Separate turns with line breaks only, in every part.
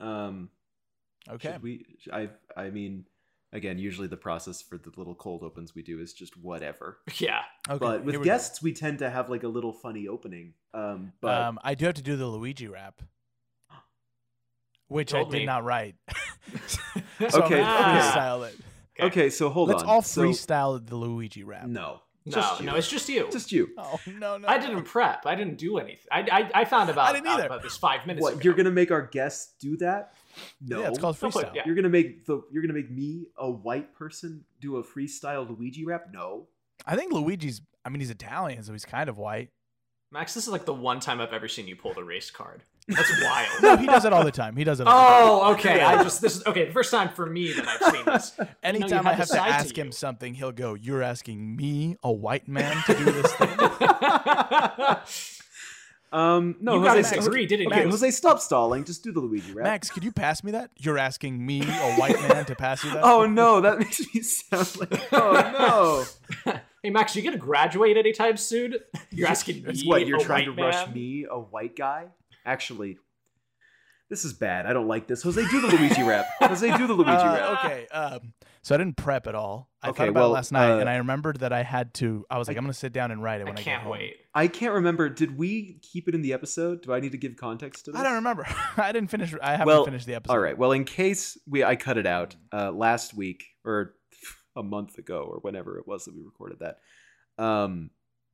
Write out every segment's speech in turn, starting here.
Okay.
Um, Should we? I I mean, again, usually the process for the little cold opens we do is just whatever.
Yeah.
okay.
but
here
with
we go.
guests, we tend to have like a little funny opening. Um, but
um, I do have to do the Luigi rap, which I
Told
did
me.
not write. so
Okay,
I'm
okay.
gonna freestyle it.
okay.
okay, so hold
Let's
on.
all
So-
freestyle the Luigi rap.
no,
No,
just you.
no, it's just you.
just you.
Oh no, no.
I didn't prep. I didn't do anything. I, I, I found about,
I didn't
out
either.
about this five minutes
What
ago.
you're gonna make our guests do that? No,
Yeah, it's called
Don't put-
freestyle.
yeah.
You're gonna make the you're gonna make me a white person do a freestyle Luigi rap? No.
I think Luigi's. I mean, he's Italian, so he's kind of white.
Max, this is like the one time I've ever seen you pull the race card. That's wild.
No, he does it all the time. He does it. All
oh, okay. I just this is okay. The first time for me that I've seen this.
the time.
you
Anytime
have
I
to
have to
side to
ask
you.
him something, he'll go, "You're asking me, a white man, to do this thing."
Um, no,
you
Jose,
guys
stop-
agree, didn't
Okay,
you?
Jose, stop stalling. Just do the Luigi rap.
Max, could you pass me that? You're asking me, a white man, to pass you
uh,
that.
Oh no, that makes me sound like oh
Hey, Max, you gonna graduate anytime soon? You're asking
no. It's
me,
what you're
a
trying to
white
rush
man?
me, a white guy? Actually, this is bad. I don't like this. Jose, do the Luigi rap. Jose, do the Luigi
Uh,
rap.
okay. Um, so I didn't prep at all. I
Okay,
thought about
well,
it last night,
uh,
and I remembered that I had to. I was like, I, am gonna sit down and write it
I
when I, get
can't
home.
wait.
I can't remember. Did we keep it in the episode? Do I need to give context to this?
I don't remember. I didn't finish. I haven't
Well,
finished the episode.
All right. Well, in case we I cut it out uh, last week or a month ago or whenever it was that we recorded that, um,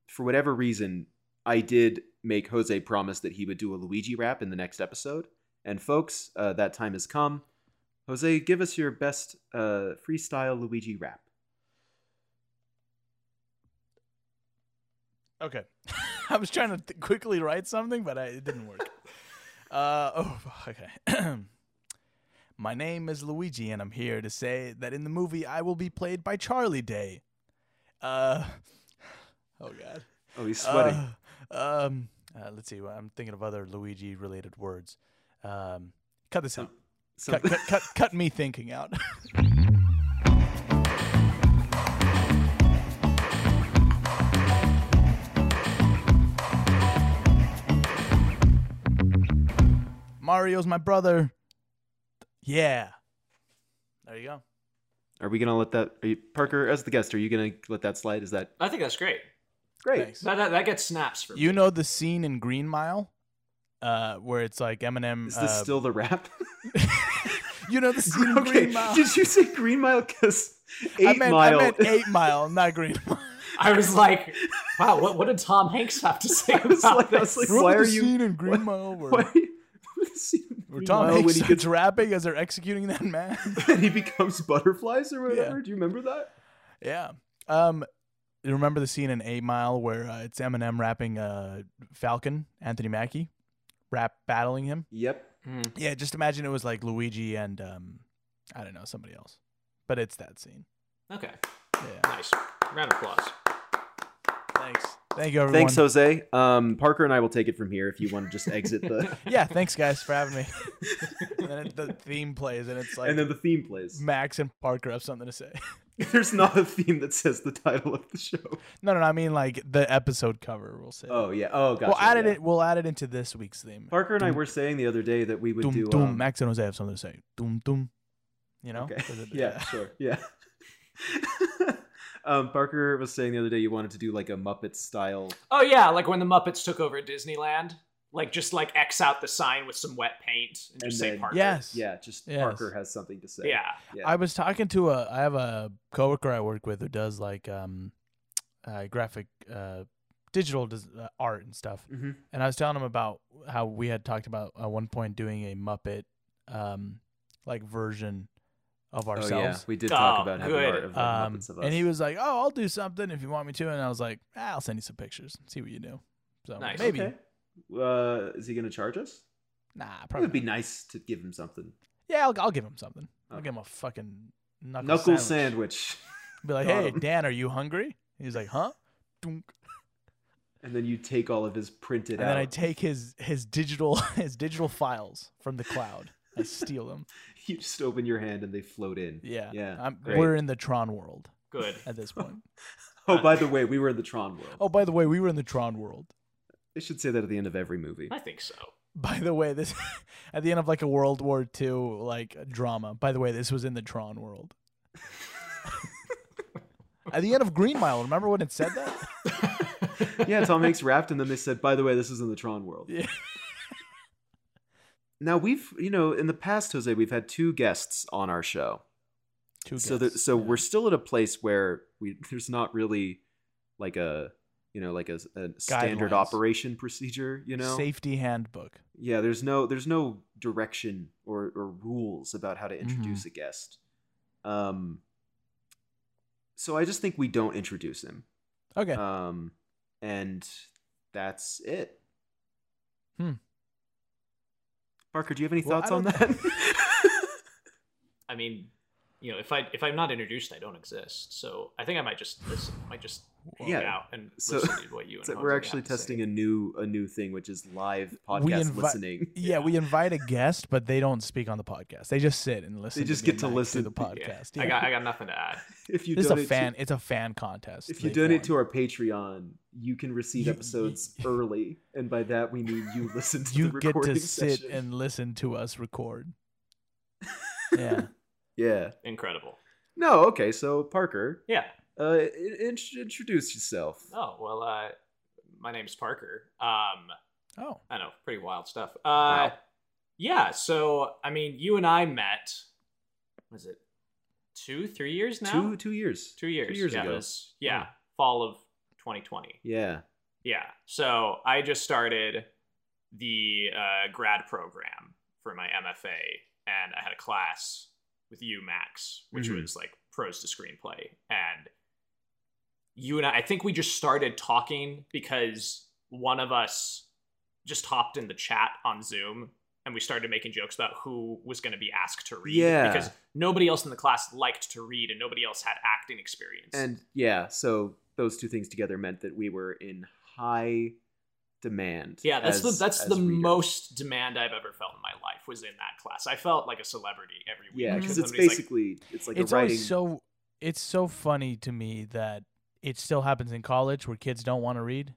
for whatever reason, I did make Jose promise that he would do a Luigi rap in the next episode. And folks, uh, that time has come. Jose, give us your best uh, freestyle Luigi rap.
Okay. I was trying to th- quickly write something, but I, it didn't work. uh, oh, okay. My name is Luigi, and I'm here to say that in the movie I will be played by Charlie Day. Uh, oh God.
Oh, he's sweating.
Uh, um, uh, let's see. I'm thinking of other Luigi-related words. Um, cut this out.
So-
Cut, cut, cut, cut me thinking out. Mario's my brother. Yeah. There you go.
are we gonna let that? Are you, Parker, as the guest, are you gonna let that slide? Is that
I think that's great.
great?
Thanks.
That, that, that gets snaps for
You
me.
know the scene in Green Mile, uh, where it's like Eminem.
Is this
uh,
still the rap?
You know the scene in
okay,
Green Mile.
did you say Green Mile? Because Eight
I meant,
Mile.
I meant Eight Mile, not Green Mile.
I was like, wow, what, what did Tom Hanks have to say
was
about
like- I was like,
this?
Remember
why
the
are you-
scene in Green
what-
Mile where,
Why- is he in
where
Green
Tom
Mile
Hanks
when he,
starts
gets,
rapping as they're executing that man?
and he becomes butterflies or whatever. Do you remember that?
yeah. Um, you remember the scene in Eight Mile where uh, it's Eminem rapping uh, Falcon, Anthony Mackie, rap battling him?
Yep.
Hmm.
Yeah, just imagine it was like Luigi and um, I don't know somebody else, but it's that scene.
hmm,
Okay,
Yeah.
nice. Round of applause.
Thanks. Thank you, everyone.
Thanks, Jose. Um, Parker and I will take it from here if you want to just exit the
yeah, thanks guys for having me. and then it, the theme plays, and it's like
and then the theme plays.
Max and Parker have something to say.
There's not a theme that says the title of the show.
No, no, no I mean like the episode cover. We'll say.
Oh yeah. Oh gotcha.
we'll add
yeah.
it. We'll add it into this week's theme.
Parker and I were saying the other day that we would
Doom,
do.
doom.
um,
Max and Jose have something to say. Doom, doom. You know.
Okay.
Is it-
yeah, sure. Yeah. um, Parker was saying the other day you wanted to do like a Muppet style.
Oh yeah, like when the Muppets took over Disneyland, like just like X out the sign with some wet paint and just
And
say
then-
Parker.
Yes.
Yeah, just
Yes.
Parker has something to say.
Yeah.
I was talking to a. I have a coworker I work with who does like um, uh, graphic, uh, digital des- uh, art and stuff.
Mhm.
And I was telling him about how we had talked about at one point doing a Muppet, um, like version of
Oh
ourselves.
yeah, we did
Oh,
talk about having
good.
art of the
Um,
Muppets of Us.
and he was like, "Oh, I'll do something if you want me to." And I was like, ah, "I'll send you some pictures, see what you do." So
Nice.
maybe,
Okay. Uh, is he going to charge us?
nah,
Probably. It
probably.
would be
not.
nice to give him something.
Yeah, I'll, I'll give him something. I'll
Okay.
give him a fucking knuckle,
Knuckle
sandwich.
sandwich.
Be like,
Got
"Hey,
him."
Dan, are you hungry?" He's like, "Huh." Dunk.
And then you take all of his printed
And
out.
then I take his his digital his digital files from the cloud. I steal them.
you just open your hand and they float in.
Yeah, Uh,
Yeah,
I'm,
great.
we're in the Tron world
Good.
at this point. uh,
Oh, by the way, we were in the Tron world.
oh, by the way, we were in the Tron world.
They should say that at the end of every movie.
I think so.
By the way, this at the end of like a World War II like drama. By the way, this was in the Tron world. at the end of Green Mile, remember when it said that?
yeah, Tom Hanks rapped, and then they said, "By the way, this is in the Tron world."
Yeah.
Now we've, you know, in the past, Jose, we've had two guests on our show,
Two
so there,
guests,
so
yeah.
we're still at a place where we there's not really like a you know like a, a standard
Guidelines.
operation procedure. You know,
safety handbook.
yeah, there's no there's no direction or, or rules about how to introduce
Mm-hmm.
a guest. Um, so I just think we don't introduce him.
Okay.
Um, and that's it.
Hmm.
Barker, do you have any
Well, I
thoughts on
don't-
that?
I mean, you know, if I if I'm not introduced, I don't exist. So I think I might just listen. I might just walk
Yeah.
out and
So-
listen to what you and
So
Jose
we're
have
actually
to say.
testing a new a new thing, which is live podcast
invi-
listening.
yeah, we invite a guest, but they don't speak on the podcast. They just sit and listen.
just
me
get
and
to
Max
listen.
do the
Yeah.
podcast.
I
Yeah.
got I got nothing to add.
If you
this is a
donate to-
fan. it's a fan contest.
if you
they've
donate to
won.
our Patreon, you can receive
You-
episodes early, and by that we mean you listen to the
you get
recording
to sit
session.
and listen to us record. yeah.
yeah.
Incredible.
No, okay. So Parker,
Yeah.
uh, in- in- introduce yourself.
Oh well. Uh, my name's Parker. Um,
Oh.
I don't know, pretty wild stuff. Uh, Yeah, so I mean, you and I met. Was it two, three years now?
Two two years.
Two years.
years
yeah,
ago. Hmm.
it was- yeah, fall of 2020.
Yeah.
Yeah. So I just started the uh, grad program for my MFA, and I had a class with you, Max, which
Mhm.
was like prose to screenplay. And you and I, I think we just started talking because one of us just hopped in the chat on Zoom and we started making jokes about who was going to be asked to read
Yeah.
because nobody else in the class liked to read and nobody else had acting experience.
And yeah, so those two things together meant that we were in high demand.
Yeah, that's the
as-
that's
as
the
readers.
most demand I've ever felt in my life was in that class. I felt like a celebrity every week.
Yeah,
Mhm.
because it's
somebody's like,
basically it's like
it's
a writing.
always so it's so funny to me that it still happens in college where kids don't want to read.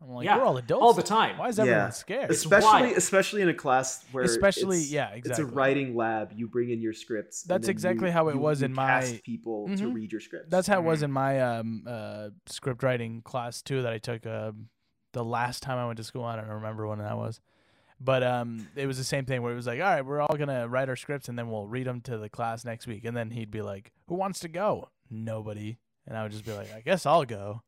I'm like,
Yeah,
we're all adults.
all the
now.
time.
Why is
Yeah.
everyone scared?
It's
especially
wild.
especially in a class where
Especially-
it's-
yeah, exactly.
It's a writing lab. You bring in your scripts. and
That's
then you-
exactly how it
you-
was
you
in my-
cast people to
Mhm.
read your scripts.
That's how it was
Mhm.
in my um, uh, script writing class too that I took um, the last time I went to school. I don't remember when that was, but um, it was the same thing where it was like, all right, we're all gonna write our scripts and then we'll read them to the class next week. And then he'd be like, who wants to go? Nobody. And I would just be like, I guess I'll go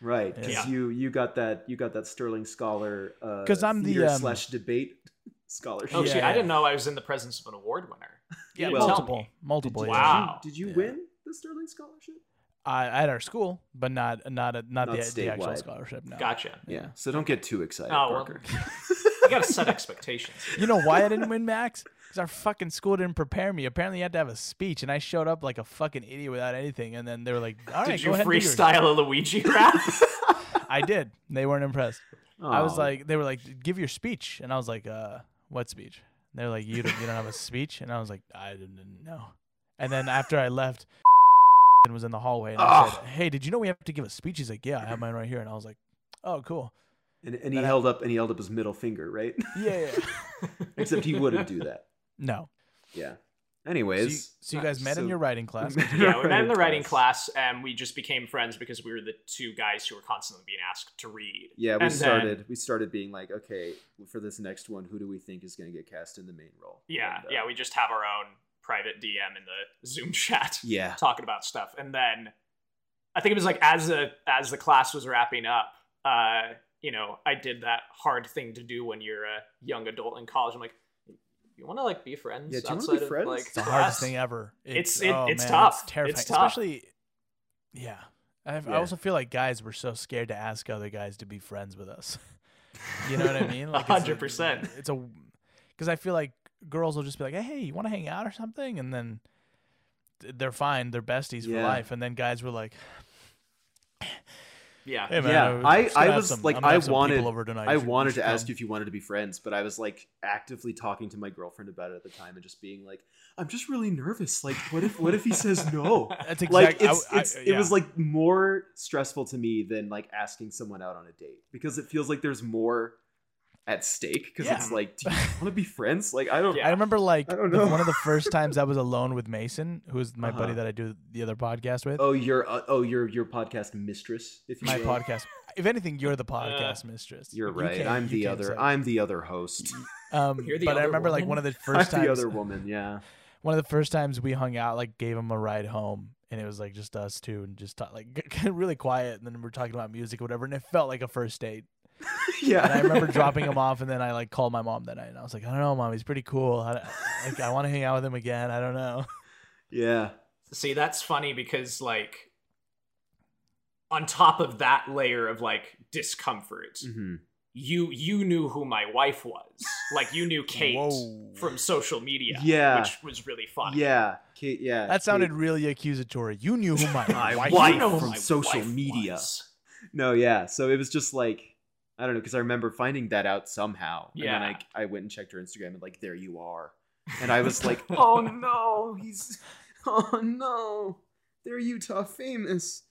right because
Yeah.
you you got that you got that Sterling Scholar
'Cause
because
I'm the, um,
slash debate scholarship.
Oh
Yeah,
shit!
yeah.
I didn't know I was in the presence of an award winner. You
Yeah,
didn't
well-
tell
multiple,
me.
multiple.
Did,
yeah.
Wow.
Did you, did
Yeah.
you win the Sterling Scholarship?
I, at our school, but not not a,
Not
not, the, the actual
statewide.
scholarship. No.
Gotcha.
Yeah. So don't get too excited,
Oh, well.
Parker.
You gotta set expectations.
You know why I didn't win, Max? Because our fucking school didn't prepare me. Apparently, you had to have a speech, and I showed up like a fucking idiot without anything. And then they were like, "All right,
Did
go
you
ahead." and do yours."
freestyle a Luigi rap?
I did. They weren't impressed. I was
Aw.
like, they were like, "Give your speech," and I was like, "Uh, what speech?" And they were like, "You don't, you don't have a speech," and I was like, "I didn't know." And then after I left, and was in the hallway, and I said, "Hey, did you know we have to give a speech?" He's like, "Yeah, I have mine right here," and I was like, "Oh, cool."
and, and he
but I-
held up and he held up his middle finger, right?
Yeah. yeah.
Except he wouldn't do that.
no.
Yeah.
So you,
Anyways,
so you guys met in
so-
your writing class.
yeah, we met in the writing class, and we just became friends because we were the two guys who were constantly being asked to read.
Yeah, we
And then-
started. we started being like, okay, for this next one, who do we think is going to get cast in the main role?
Yeah,
And, uh,
yeah, we just have our own private DM in the Zoom chat.
yeah,
talking about stuff and then i think it was like as the as the class was wrapping up uh you know i did that hard thing to do when you're a young adult in college i'm like you want to like be friends
Yeah, do you wanna be
outside of
friends?
like
It's
It's the
class?"
hardest thing ever. oh,
It's- it- it's
man,
tough.
It's terrifying,
It's tough.
especially. Yeah, I've, I
Yeah.
also feel like guys were so scared to ask other guys to be friends with us. You know what I mean? Like it's a-
100%.
It's a because I feel like girls will just be like, "Hey, you want to hang out or something?" And then th- they're fine, they're besties for
Yeah.
life. And then guys were like,
yeah
"Hey, man,
Yeah,
I'm
I-
just gonna
I
have
was
some-
like,
I'm gonna
I
have some people
wanted-
over tonight.
I
You should- you
wanted
should
to ask
come."
you if you wanted to be friends, but I was like actively talking to my girlfriend about it at the time and just being like, I'm just really nervous. Like, what if what if he says no?
That's exactly.
Like it's, it's it was
yeah.
like more stressful to me than like asking someone out on a date because it feels like there's more at stake because
Yeah.
it's like, do you want to be friends? Like, I don't.
Yeah.
I remember like
I don't
the-
know.
one of the first times I was alone with Mason, who is my buddy
Uh-huh.
that I do the other podcast with.
Oh, your uh, oh your your podcast mistress. If you
my
will.
podcast. If anything, you're the podcast mistress.
Uh, You're
You
right.
can't-
I'm
you
the
can't say
other.
it.
I'm the other host.
Um,
You're the
but I
other
remember like
woman?
one of the
I'm
1st
the
times.
other woman. Yeah.
One of the first times we hung out, like gave him a ride home, and it was like just us two, and just talk, like really quiet, and then we we're talking about music, or whatever, and it felt like a first date.
yeah.
And I remember dropping him off, and then I like called my mom that night, and I was like, I don't know, mom, he's pretty cool. I, like, I want to hang out with him again. I don't know.
Yeah.
See, that's funny because like on top of that layer of like discomfort,
Mm-hmm.
hmm
you you knew who my wife was. Like you knew Kate
Whoa.
from social media.
Yeah.
Which was really funny.
Yeah. Kate, yeah.
That sounded
Kate-
really accusatory. You knew who my
My
wife
wife.
You know who
from
my
social
wife
media.
was.
No. Yeah. So it was just like I don't know because I remember finding that out somehow. And then
Yeah.
I I went and checked her Instagram and like there you are, and I was like, oh
Oh,
no, he's oh no, they're Utah famous.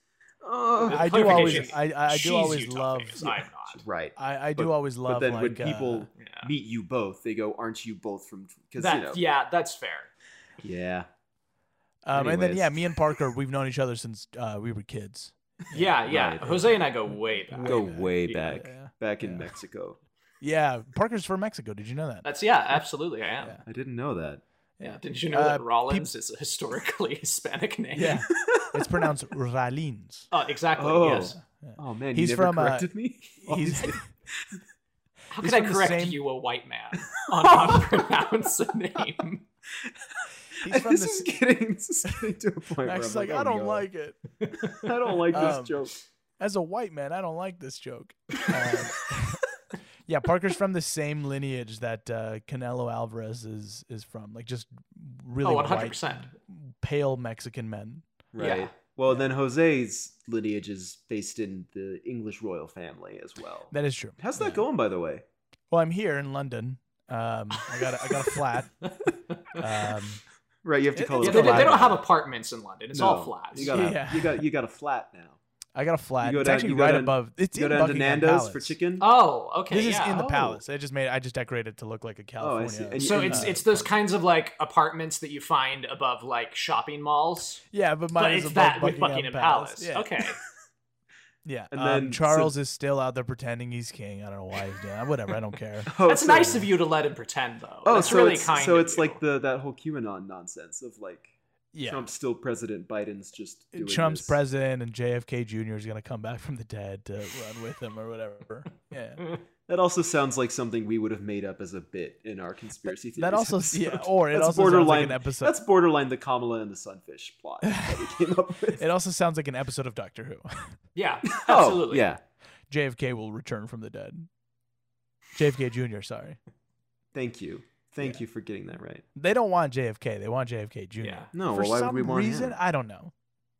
Oh.
I do always,
Clarification.
I, I, I
She's
do always
Utah
love,
famous. I'm not.
right.
I, I do
But-
always love.
but then
like,
when people
uh,
Yeah.
meet you both, they go, "Aren't you both from?" Because
That,
you know,
yeah, that's fair.
yeah.
Um, and then
Anyways.
yeah, me and Parker, we've known each other since uh, we were kids.
Yeah, yeah.
Right.
Jose and I go way back.
go
back.
way
Yeah.
back,
Yeah.
back in
Yeah.
Mexico.
Yeah, Parker's from Mexico. Did you know that?
That's yeah, absolutely. I am.
Yeah.
I didn't know that.
Yeah. Didn't you know
Uh,
that Rollins is a historically Hispanic name?
Yeah, it's pronounced Ralins.
Uh, exactly.
Oh.
Yes.
Oh man,
He's
you never
from, uh,
corrected me.
He's
How
He's
could I
from the
correct
same-
you, a white man, on how to pronounce a name?
he's from
this
the.
is
s-
getting this is getting to a point where
I
I'm
was like, I
oh,
don't
no.
like it.
I don't like this
Um,
joke.
As a white man, I don't like this joke. Um, yeah, Parker's from the same lineage that uh, Canelo Alvarez is is from. Like just really
oh, one hundred
white,
percent.
pale Mexican men.
Right.
yeah.
Well, then Jose's lineage is based in the English royal family as well.
That is true.
How's that
Yeah.
going, by the way?
Well, I'm here in London. Um, I got a, I got a flat. Um,
Right, you have to
It-
call
it's
Yeah,
it.
they,
a
they
flat
don't have
now.
apartments in London. It's
No,
all flats.
You got a,
Yeah.
you got you got a flat now.
I got a flat.
You go
It's
down-
actually
you go
right
down-
above. It's
You go
in
down to
Buckingham
Nando's
Palace.
for chicken.
Oh, okay.
This
yeah.
is in the
Oh.
palace. I just made. I just decorated it to look like a
Oh,
California.
I see. And you-
so
in,
it's
uh,
it's those kinds of like apartments that you find above like shopping malls.
yeah, but mine
But
is
it's
above
that with
Buckingham
Buckingham Palace.
Yeah,
Okay.
yeah.
And
um,
then-
Charles is still out there pretending he's king. I don't know why he's doing. That. Whatever. I don't care.
Oh,
That's
so-
nice of you to let him pretend though.
Oh,
That's
so
really
it's,
kind
so
of
it's
you.
like the that whole QAnon nonsense of like
Yeah. Uh,
Trump's still president, Biden's just doing
Trump's
this.
president and JFK Jr. is gonna come back from the dead to run with him or whatever. Yeah.
That also sounds like something we would have made up as a bit in our conspiracy theory.
That also yeah, or it
That's
also sounds like
borderline-
an episode.
that's borderline the Kamala and the Sunfish plot that we came up with.
It also sounds like an episode of Doctor Who.
yeah,
Oh,
absolutely.
yeah.
JFK will return from the dead. JFK Jr. Sorry,
Thank you. Thank
Yeah.
you for getting that right.
they don't want JFK. They want JFK Jr.
Yeah.
No,
for
well, why
some
would we want
reason
him?
I don't know.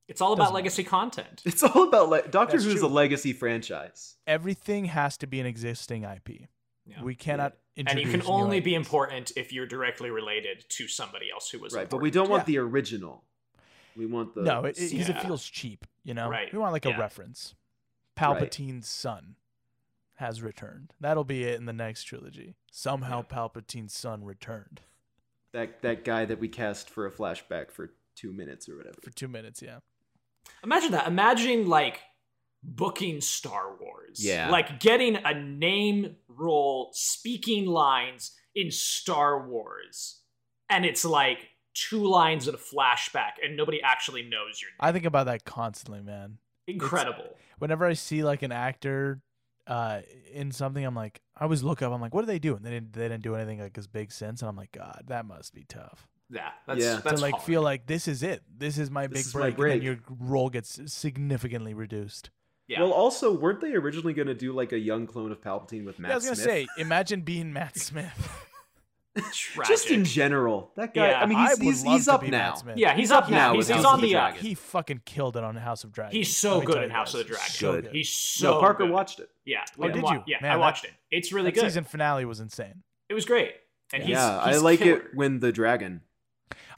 It's all about
Doesn't
legacy content.
It's all about le- Doctor
That's
Who is a
true.
legacy franchise.
Everything has to be an existing IP.
Yeah.
We cannot
and
introduce
you can
new
only be
IPs.
important if you're directly related to somebody else who was
right, but
important.
we don't want
Yeah.
the original. We want the
No, it- it- because
Yeah.
it feels cheap. You know,
Right,
we want like
yeah.
a reference.
Right.
Palpatine's son has returned. That'll be it in the next trilogy. Somehow, Palpatine's son returned
that that guy that we cast for a flashback for two minutes or whatever.
for two minutes. Yeah,
Imagine that. Imagine like booking Star Wars.
Yeah.
Like getting a name role, speaking lines in Star Wars. And it's like two lines in a flashback and nobody actually knows your
I think about that constantly, man.
name. Incredible.
whenever I see like an actor uh in something, I'm like, I always look up. I'm like, what do they do? And they didn't, they didn't do anything like as big sense. And I'm like, God, that must be tough
Yeah. That's
Yeah.
that's
to like
hard.
feel like this is it. This is my
This
big
is my
break.
break.
And then your role gets significantly reduced.
yeah.
Well, also, weren't they originally going to do like a young clone of Palpatine with Matt?
yeah, I was gonna
Smith?
say, imagine being Matt Smith.
just in
Tragic.
general, that guy.
Yeah,
I mean,
I
he's
would
he's,
love
he's
to
up
be
now.
Matt Smith.
Yeah, he's up
Now
now.
with
He's, he's
House
on
of the
the up.
Dragon.
He fucking killed it on House of Dragons.
He's so
Let me
good
tell
in
you
House
guys,
of the Dragon.
it's So
Good.
good.
He's so
No, Parker
good.
watched it.
Yeah.
Oh,
I
did
wa-
you?
Yeah,
Man,
I
that-
watched it. It's really
That
good.
season finale was insane.
It was great. And he's,
yeah,
he's
I like
killer.
it when the dragon.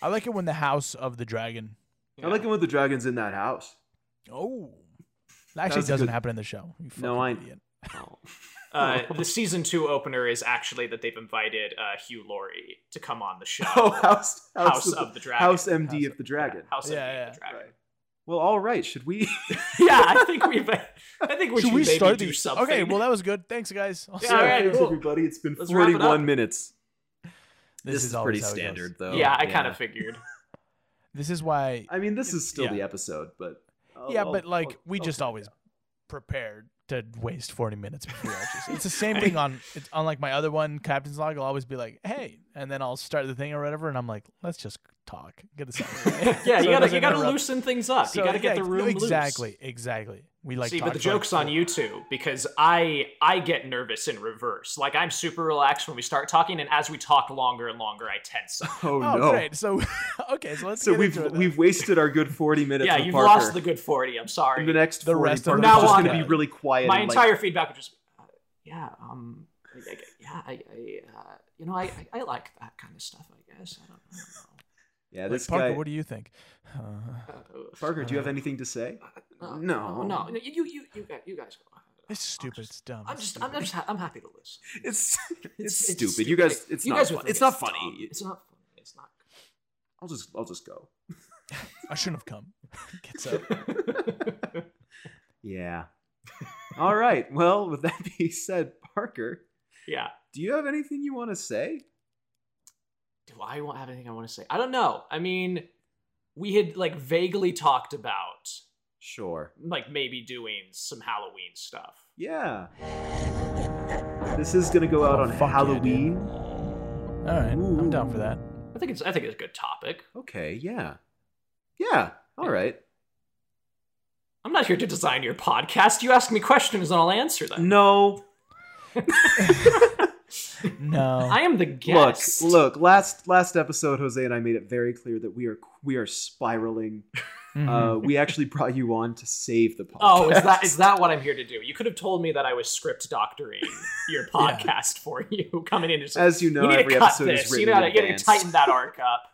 I like it when the House of the Dragon.
Yeah.
I like it when the dragon's in that house.
Oh, that
was
actually
a
doesn't
good-
happen in the show. You
No,
fucking
I-
idiot.
Oh.
Uh, the season two opener is actually that they've invited uh, Hugh Laurie to come on the show.
Oh, House House,
House
of,
of the Dragon.
House MD
House
of the Dragon.
Yeah, House
Yeah,
of the Dragon.
Right. Well, all right. Should we?
yeah, I think we've. I think we should,
Should we
maybe
start
do
the?
something.
Okay, well that was good. Thanks, guys. I'll see
Yeah,
you
all
later.
right,
Thanks,
cool.
everybody. It's been
Let's wrap it up.
41 minutes.
This, is, always
pretty
how it goes.
standard, though.
yeah, I kind of figured.
This is why.
I mean, this is still
Yeah.
the episode, but
Oh,
oh, I'll-
yeah,
I'll-
but like
I'll-
we
I'll
just
figure it
always prepared to waste forty minutes before. we actually see. It's the same thing on it's on like my other one, Captain's Log. I'll always be like, hey, and then I'll start the thing or whatever, and I'm like, let's just talk, get this. Out of the way. So
Yeah, you
it
gotta
doesn't
you gotta
interrupt.
loosen things up.
So,
you gotta get
yeah,
the room loose.
exactly, exactly. We like
See, but
talked
the
for, like,
joke's on
four-
you two because I I get nervous in reverse. Like I'm super relaxed when we start talking, and as we talk longer and longer, I tense up.
out. Oh,
Oh,
no.
great. So okay, so let's
So
get
we've
into it then.
we've wasted our good 40 minutes.
yeah,
with
you've
Parker.
lost the good forty. I'm sorry.
And the next
The
40
rest of
Parker's
the
just
podcast.
gonna be really quiet.
my
and, like,
entire feedback was just, uh, yeah, um, I- I- I- yeah, I, I uh, you know, I, I, I like that kind of stuff. I guess I don't, I
yeah,
Like,
this
Parker,
guy.
what do you think? Uh,
don't know. Uh,
Parker, do you have anything to say? No.
no, no, you, you, you guys, you guys go.
it's
I'm
stupid.
just-
It's dumb.
I'm
it's
just,
stupid.
I'm just, ha- I'm happy to listen.
It's it's,
it's
stupid. You guys, it's
you
not.
guys
fun-
would think
It's not
dumb.
funny.
It's not funny. It's not.
I'll just I'll just go.
I shouldn't have come. Gets up.
Yeah. All right. Well, with that being said, Parker,
yeah.
do you have anything you want to say?
do I want have anything I want to say? I don't know. I mean, we had like vaguely talked about
Sure.
like maybe doing some Halloween stuff.
Yeah. This is gonna go out
Oh,
on
fuck yeah,
Halloween.
All right, I'm down for that.
I think it's I think it's a good topic.
okay. Yeah. Yeah. All right.
I'm not here to design your podcast. You ask me questions and I'll answer them.
No.
No,
I am the guest.
Look. Look. Last last episode, Jose and I made it very clear that we are we are spiraling.
Mhm.
Uh, we actually brought you on to save the podcast.
Mm-hmm. Oh, is that is that what I'm here to do? You could have told me that I was script doctoring your podcast for you coming in. and just,
As you know,
you need
every
to cut
episode
this.
is
You
written.
gotta,
in
you gotta
advance.
tighten that arc up.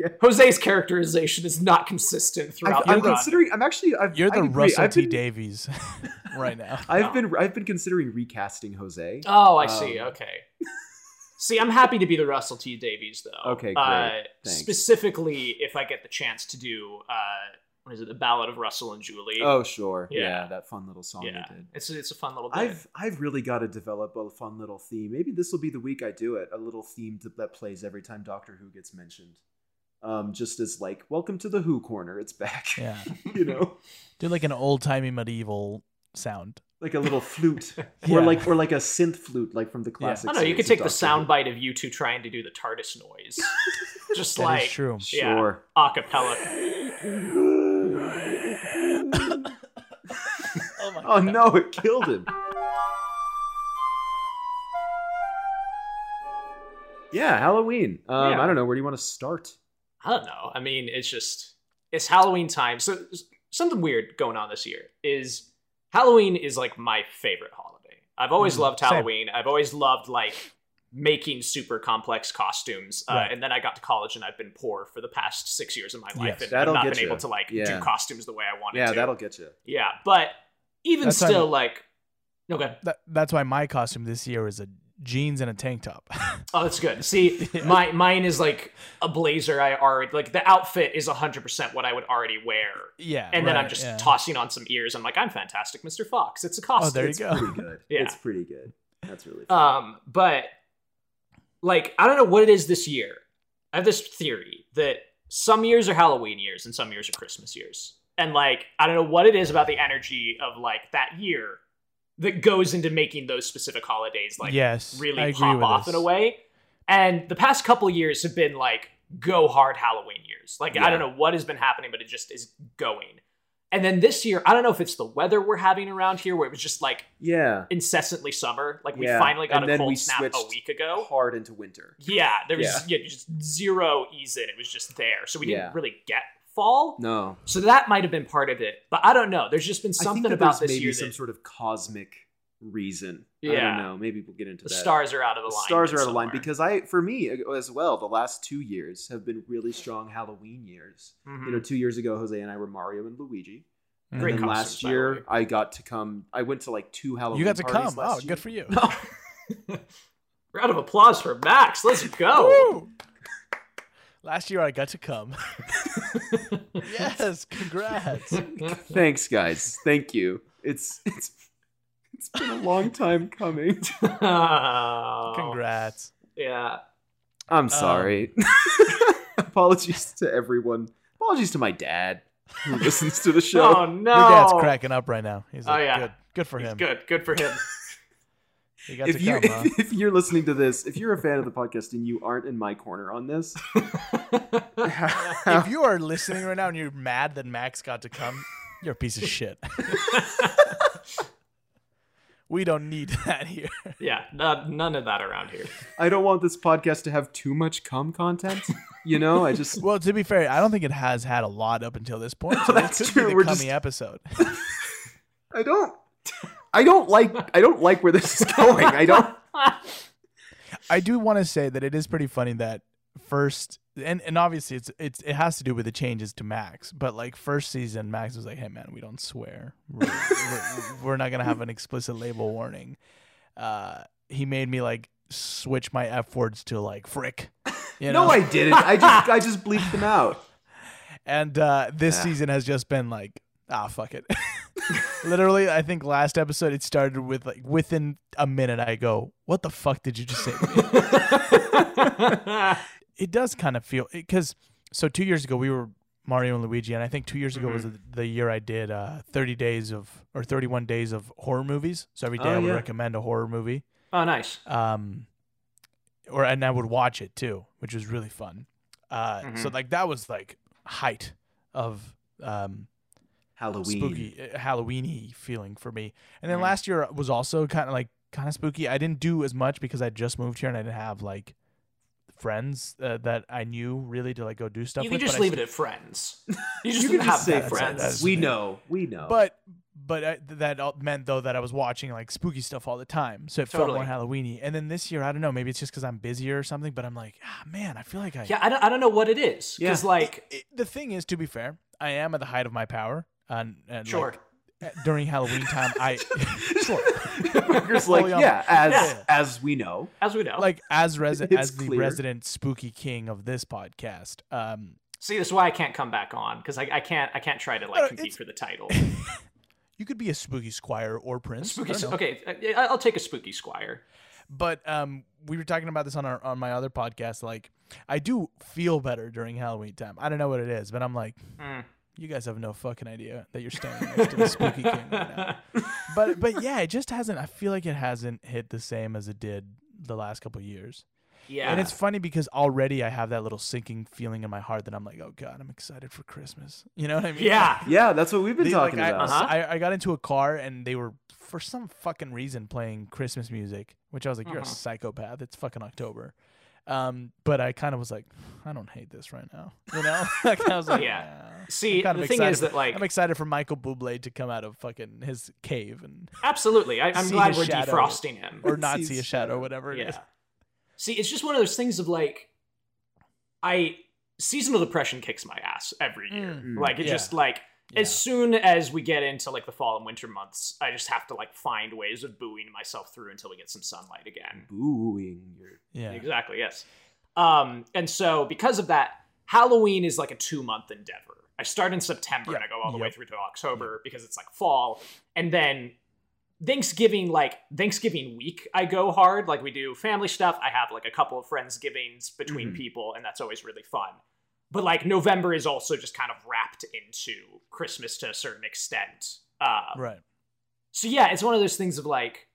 Yeah.
Jose's characterization is not consistent
I've,
throughout
I'm
the run.
considering. I'm actually. I've,
You're
I
the
agree.
Russell
I've
T
been-
Davies right now.
I've been. I've been considering recasting Jose.
Oh, I see.
Um,
okay. See, I'm happy to be the Russell T Davies though.
Okay, great.
Uh,
Thanks.
specifically, if I get the chance to do uh, what is it, the Ballad of Russell and Julie?
oh, sure. Yeah.
Yeah.
that fun little song
yeah.
you did.
It's it's a fun little. Bit.
I've I've really got to develop a fun little theme. Maybe this will be the week I do it. A little theme to, that plays every time Doctor Who gets mentioned. Um, just as like, welcome to the Who corner. It's back.
Yeah,
you know,
do like an old timey medieval sound.
like a little flute,
Yeah.
or like or like a synth flute, like from the classic.
I don't know. You
series
could
of
take the
Doctor Who.
soundbite of you two trying to do the TARDIS noise, just
That is
like
true.
yeah.
Sure.
a cappella.
Oh, my
Oh no, it killed him. Yeah, Halloween. Um,
Yeah.
I don't know. Where do you want to start?
I don't know. I mean, it's just it's Halloween time. So s- something weird going on this year is Halloween is like my favorite holiday. I've always
Hmm,
Mhm,
loved
same.
Halloween. I've always loved like making super complex costumes. Uh,
Right.
And then I got to college and I've been poor for the past six years of my life,
Yes.
and
That'll
I've not
get
been able
you.
to like
Yeah.
do costumes the way I wanted
Yeah,
to.
that'll get you.
yeah, but even
That's
still,
fine.
like no good.
That, that's why my costume this year is a jeans and a tank top.
Oh, that's good. See,
Yeah.
my mine is like a blazer. I already like the outfit is hundred percent what I would already wear
yeah,
and then I'm
right,
just
yeah.
tossing on some ears. I'm like, I'm fantastic, Mr. Fox. It's a costume.
Oh, there you
it's
go.
pretty good.
Yeah.
It's pretty good. That's really fun.
Um, but like, I don't know what it is this year. I have this theory that some years are Halloween years and some years are Christmas years, and like, I don't know what it is about the energy of like that year that goes into making those specific holidays like
yes, I
really
agree
pop
with
off
this.
in a way. And the past couple years have been like go hard Halloween years. Like I
Yeah.
don't know what has been happening, but it just is going. And then this year, I don't know if it's the weather we're having around here, where it was just like
yeah.
incessantly summer. Like we
Yeah,
finally got
and
a
then we
cold snap a
switched
week ago.
Hard into winter.
Yeah, there was yeah. just zero ease in. It was just there, so we didn't
Yeah.
really get fall.
No.
So that might have been part of it, but I don't know. There's just been
I think
something
that
about
there's
this
maybe
year
some
that
sort of cosmic reason. I
Yeah.
don't know. Maybe we'll get into
the
that.
stars are out of
The
alignment.
stars are out of line
somewhere.
because I, for me uh, as well, the last two years have been really strong Halloween years.
Mhm.
You know, two years ago, Jose and I were Mario and Luigi. And
Great
then
costumes,
last
by the way.
year, I got to come. I went to like two Halloween.
you got to
parties
come. Oh,
last year.
good for you.
Round of applause for Max. Let's go.
Woo! Last year I got to come. yes, congrats.
Thanks, guys. Thank you. It's it's it's been a long time coming.
Congrats.
Yeah.
Um,
I'm sorry. Apologies to everyone. Apologies to my dad who listens to the show.
Oh no.
Your dad's cracking up right now. He's
Oh,
like,
yeah.
good. Good for
He's
him.
good. Good for him.
You got
if
to
you
come, huh?
if, if you're listening to this, if you're a fan of the podcast and you aren't in my corner on this,
if you are listening right now and you're mad that Max got to come, you're a piece of shit. we don't need that here.
yeah. No, none of that around here.
I don't want this podcast to have too much cum content. You know, I just
Well, to be fair, I don't think it has had a lot up until this point. So
that's
this could
true.
be the
We're
coming
just-
episode.
I don't I don't like I don't like where this is going. I don't
I do want to say that it is pretty funny that first and, and obviously it's it's it has to do with the changes to Max, but like first season Max was like, "Hey man, we don't swear. We're, we're, we're not going to have an explicit label warning." Uh he made me like switch my F words to like frick. You know?
No, I didn't. I just I just bleeped them out.
And uh, this
Yeah.
season has just been like, ah, fuck it. Literally, I think last episode it started with like within a minute. I go, what the fuck did you just say? to me?" it does kind of feel because so two years ago we were Mario and Luigi, and I think two years ago was
Mm-hmm.
the- the year I did uh, 30 days of or 31 days of horror movies. So every day
Oh,
I would
yeah.
recommend a horror movie,
oh, nice.
um, or and I would watch it too, which was really fun. Uh,
Mm-hmm.
So like that was like height of um,
Halloween.
spooky uh, Halloweeny feeling for me. And then
Mhm.
last year was also kind of like kind of spooky. I didn't do as much because I just moved here and I didn't have like friends uh, that I knew really to like go do stuff
You
with.
can just
but I
leave
s-
it at friends. You just
You
can
can just say
have
that's-
friends.
that's
friends.
the
we
thing.
know. We know.
But but I, that all- meant though that I was watching like spooky stuff all the time, so it
Totally.
felt more Halloweeny. And then this year, I don't know, maybe it's just because I'm busier or something. But I'm like, ah, man, I feel like I
Yeah, I don't, I don't know what it is. Because,
Yeah.
like,
It- the thing is, to be fair, I am at the height of my power, and, and
sure.
like, during Halloween time, I sure.
Parker's like,
Fully on
yeah, as
Yeah.
as we know.
as we know.
like as resi-
It's
as the
clear.
resident spooky king of this podcast. Um,
See, this is why I can't come back on because I, I can't I can't try to like
Uh,
compete
it's-
for the title.
you could be a spooky squire or prince. I
Spooky.
don't know.
Okay, I- I- I'll take a spooky squire.
But um, we were talking about this on our on my other podcast. Like, I do feel better during Halloween time. I don't know what it is, but I'm like,
Mm.
you guys have no fucking idea that you're standing next to the spooky king right now. But but yeah, it just hasn't. I feel like it hasn't hit the same as it did the last couple years.
Yeah,
And it's funny because already I have that little sinking feeling in my heart that I'm like, oh god, I'm excited for Christmas. You know what I mean?
yeah.
Yeah, that's what we've been
They, like,
talking
I,
about.
Uh-huh.
I, I got into a car and they were for some fucking reason playing Christmas music, which I was like, "You're a
Uh-huh.
psychopath." It's fucking October. Um, but I kind of was like, I don't hate this right now, you know. like, I was like,
Yeah.
"Nah."
See,
I'm kind of
the thing
excited
is that like
I'm excited for Michael Bublé to come out of fucking his cave and
absolutely, I, I'm
see
glad
his
we're
shadow.
defrosting him.
or not
Sees
see a shadow, whatever. it is.
Yeah. See, it's just one of those things of like, I seasonal depression kicks my ass every year.
Mm.
Like it
Yeah.
just like as soon as we get into like the fall and winter months, I just have to like find ways of booing myself through until we get some sunlight again.
Booing your
yeah, yeah.
Exactly. Yes. Um, and so because of that, Halloween is like a two month endeavor. I start in September and I
Yep,
go all the way
yep.
through to October because it's like fall. And then Thanksgiving, like Thanksgiving week, I go hard. Like we do family stuff. I have like a couple of Friendsgivings between
Mm-hmm.
Mhm.
people, and that's always really fun. But like November is also just kind of wrapped into Christmas to a certain extent. Uh,
Right.
so yeah, it's one of those things of like,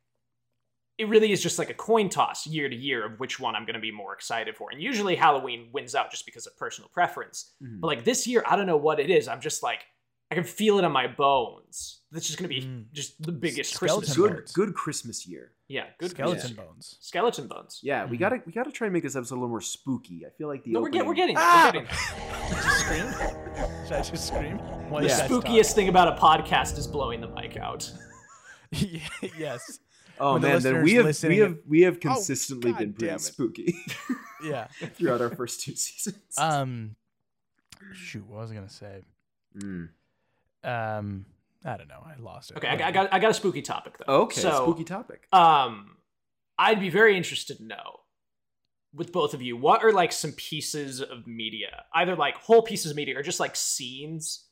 it really is just like a coin toss year to year of which one I'm going to be more excited for. And usually Halloween wins out just because of personal preference.
Mhm.
mm-hmm.
But like this year, I don't know what it is. I'm just like, I can feel it in my bones. This is going to be
Mm.
just the biggest
Skeleton
Christmas.
good
bones.
good Christmas year.
Yeah, good
skeleton
Christmas.
bones.
Skeleton bones.
Yeah, we
Mhm.
gotta we gotta try and make this episode a little more spooky. I feel like the
No, we're, get, we're
opening-
getting there.
Ah!
We're getting there.
Scream? Should I just scream? While
The
you
Yeah.
guys talk?
spookiest thing about a podcast is blowing the mic out.
yes.
Oh
when the
man, then
listeners
we have we
listening-
have we have consistently
God
been pretty
damn it.
spooky
Yeah.
throughout our first two seasons.
Uh, Um. Shoot, what was I gonna say?
Mm.
Um, I don't know. I lost it.
Okay, I, I got I got a spooky topic though.
Okay,
so,
spooky topic.
Um, I'd be very interested to know with both of you what are like some pieces of media, either like whole pieces of media or just like scenes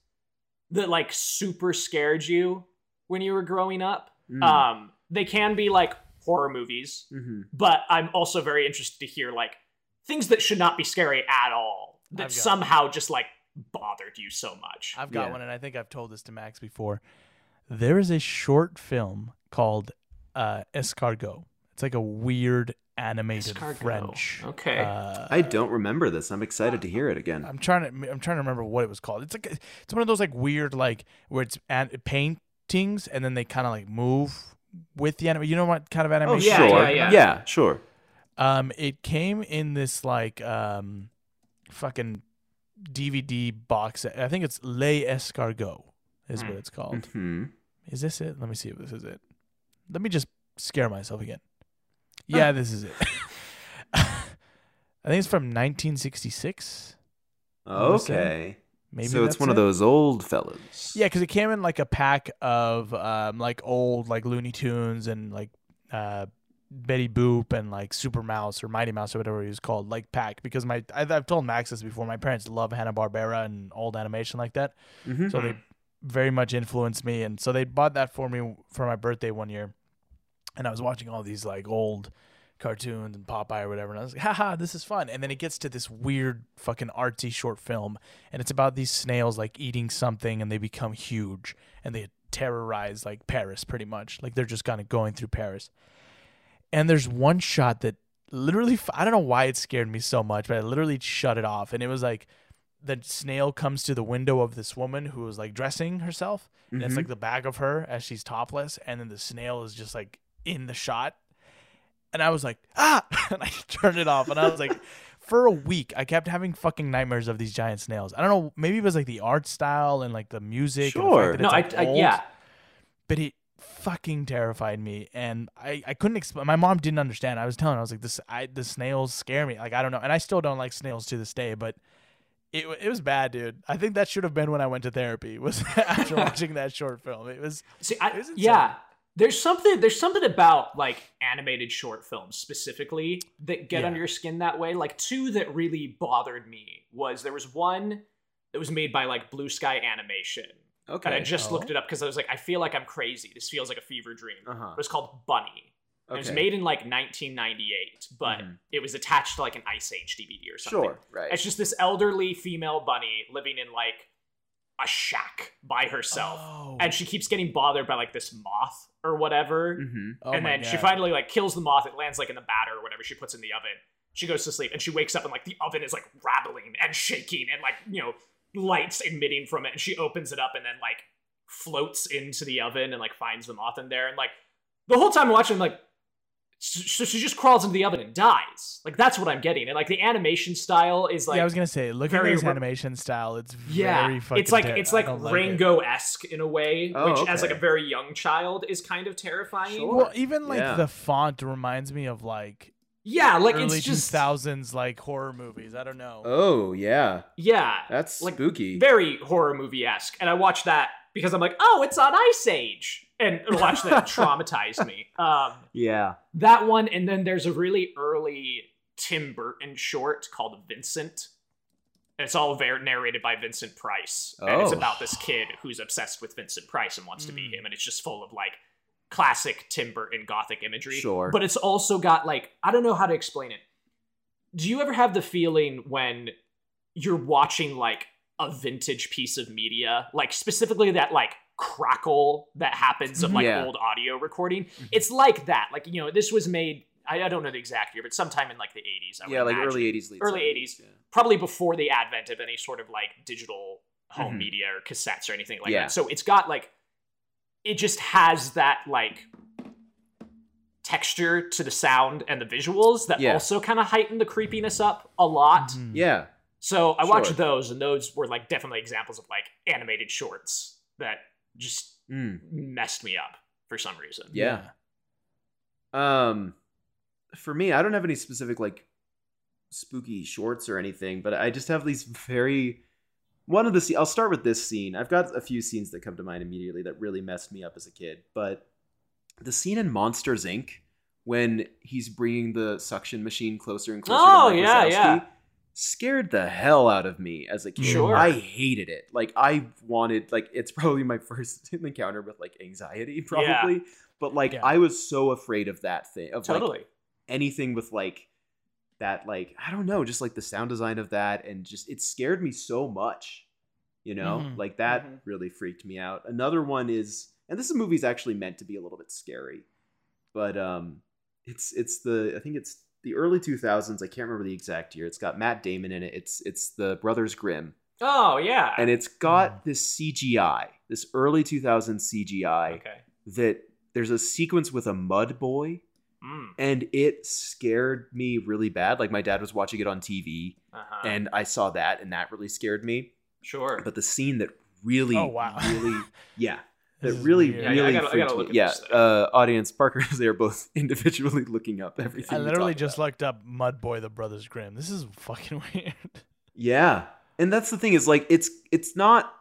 that like super scared you when you were growing up.
Hmm.
Um, they can be like horror movies,
Mm.
Hmm.
mm-hmm.
but I'm also very interested to hear like things that should not be scary at all
I've
that
got-
somehow just like bothered you so much.
I've got
Yeah.
one, and I think I've told this to Max before. There is a short film called uh, Escargot. It's like a weird animated
Escargot.
French.
Okay.
Uh,
I don't remember this. I'm excited to hear it again.
I'm trying to. I'm trying to remember what it was called. It's like it's one of those like weird like where it's an- paintings and then they kind of like move with the anime. You know what kind of
oh,
animation?
yeah,
sure.
yeah, yeah.
sure.
Um, it came in this like um, fucking DVD box. set. I think it's Les Escargot is what
Mm.
it's called.
hmm
Is this it? Let me see if this is it. Let me just scare myself again. Yeah, this is it. I think it's from 1966. wanna say?
Okay.
Maybe
so it's
that's
one of
it.
those old fellas.
Yeah, because it came in like a pack of um, like old like Looney Tunes and like uh, Betty Boop and like Super Mouse or Mighty Mouse or whatever it was called, like pack. Because my I, I've told Max this before. My parents love Hanna Barbera and old animation like that,
hmm
so they very much influenced me. And so they bought that for me for my birthday one year, and I was watching all these like old cartoons and Popeye or whatever, and I was like, haha, this is fun. And then it gets to this weird fucking artsy short film, and it's about these snails like eating something and they become huge and they terrorize like Paris pretty much. Like they're just kind of going through Paris. And there's one shot that literally, f- I don't know why it scared me so much, but I literally shut it off. And it was like the snail comes to the window of this woman who is like dressing herself. And it's
Mhm.
like
Mm-hmm.
the back of her as she's topless. And then the snail is just like in the shot. And I was like, ah, and I turned it off. And I was like, for a week, I kept having fucking nightmares of these giant snails. I don't know, maybe it was like the art style and like the music. and the fact
Sure.
that
no, I,
it's, like,
I
old
yeah.
but it fucking terrified me and i i couldn't explain my mom didn't understand i was telling her i was like this i the snails scare me like i don't know and i still don't like snails to this day but it, wa- it was bad dude i think that should have been when i went to therapy was after watching that short film it was
See, I,
It was insane.
yeah, there's something there's something about like animated short films specifically that get
Yeah.
under your skin that way. Like two that really bothered me was there was one that was made by like Blue Sky Animation,
Okay.
and I just
Oh.
looked it up because I was like, I feel like I'm crazy. This feels like a fever dream.
uh-huh.
It was called Bunny. It was
Okay.
made in like 1998, but
Mhm.
it was attached to like an Ice Age DVD or something.
Sure. Right.
It's just this elderly female bunny living in like a shack by herself
oh,
and she keeps getting bothered by like this moth or whatever
hmm
oh
and
my
then she
God.
finally like kills the moth it lands like in the batter or whatever she puts in the oven she goes to sleep and she wakes up and like the oven is like rattling and shaking and like you know lights emitting from it and she opens it up and then like floats into the oven and like finds the moth in there and like the whole time I'm watching I'm like s- so she just crawls into the oven and dies like that's what i'm getting and like the animation style is like
yeah i was gonna say look at
very
his
re-
animation style it's
yeah,
very fucking
it's like
ter-
it's
I
like
don't it.
Ringo esque in a way,
Oh,
which as like
okay.
a very young child is kind of terrifying.
Sure.
well even like
Yeah.
the font reminds me of like,
Yeah, like
early
it's just
2000s like horror movies i don't know
Oh yeah,
yeah,
that's
Like,
spooky.
very horror movie esque. And I watched that because I'm like, oh, it's on Ice Age, and watch that traumatized me. Um,
yeah.
that one, and then there's a really early Tim Burton short called Vincent. And it's all very narrated by Vincent Price, and it's
Oh. Hmm.
about this kid who's obsessed with Vincent Price and wants to be
Mm.
him, and it's just full of like classic Tim Burton gothic imagery.
Sure.
but it's also got like I don't know how to explain it. Do you ever have the feeling when you're watching like a vintage piece of media, like specifically that like crackle that happens of like
Yeah.
old audio recording? It's like that. Like you know, this was made. I, I don't know the exact year, but sometime in like the 80s. I would
yeah, like
imagine.
early '80s, late
Early
70s,
probably before the advent of any sort of like digital home
Mhm.
media or cassettes or anything like
Yeah.
that. So it's got like it just has that like texture to the sound and the visuals that
Yeah.
also kind of heighten the creepiness up a lot.
Mhm.
Yeah.
So I watched
Sure.
those and those were like definitely examples of like animated shorts that just
Yeah. Mm.
messed me up for some reason.
Yeah. Um, for me, I don't have any specific like spooky shorts or anything, but I just have these very one of the sce- I'll start with this scene. I've got a few scenes that come to mind immediately that really messed me up as a kid, but the scene in Monsters Inc. when he's bringing the suction machine closer and closer.
Oh,
to Mike
yeah,
Wazowski
yeah.
Scared the hell out of me as a kid.
Sure.
I hated it. Like I wanted. Like it's probably my first encounter with like anxiety, probably. But like
Yeah.
I was so afraid of that thing. Of like,
Totally.
anything with like that like i don't know just like the sound design of that and just it scared me so much you know
Mhm.
like that
Mhm.
really freaked me out another one is and this movie's actually meant to be a little bit scary but um it's it's the i think it's the early 2000s i can't remember the exact year it's got matt damon in it it's it's the brothers grimm
Oh yeah.
and it's got
Mm-hmm.
this cgi this early 2000s cgi
okay.
that there's a sequence with a mud boy
Mm,
and it scared me really bad. Like my dad was watching it on TV,
uh-huh.
and I saw that, and that really scared me.
sure.
But the scene that really,
Oh, wow.
really, yeah, that
This is
really,
weird.
Yeah, I
really
gotta- I gotta
freaked
look
me.
at
Yeah,
this thing.
uh, audience, Parker is there both individually looking up everything.
I
we
literally
talk
just
about.
looked up Mud Boy the Brothers Grimm. This is fucking weird.
yeah, and that's the thing is like it's it's not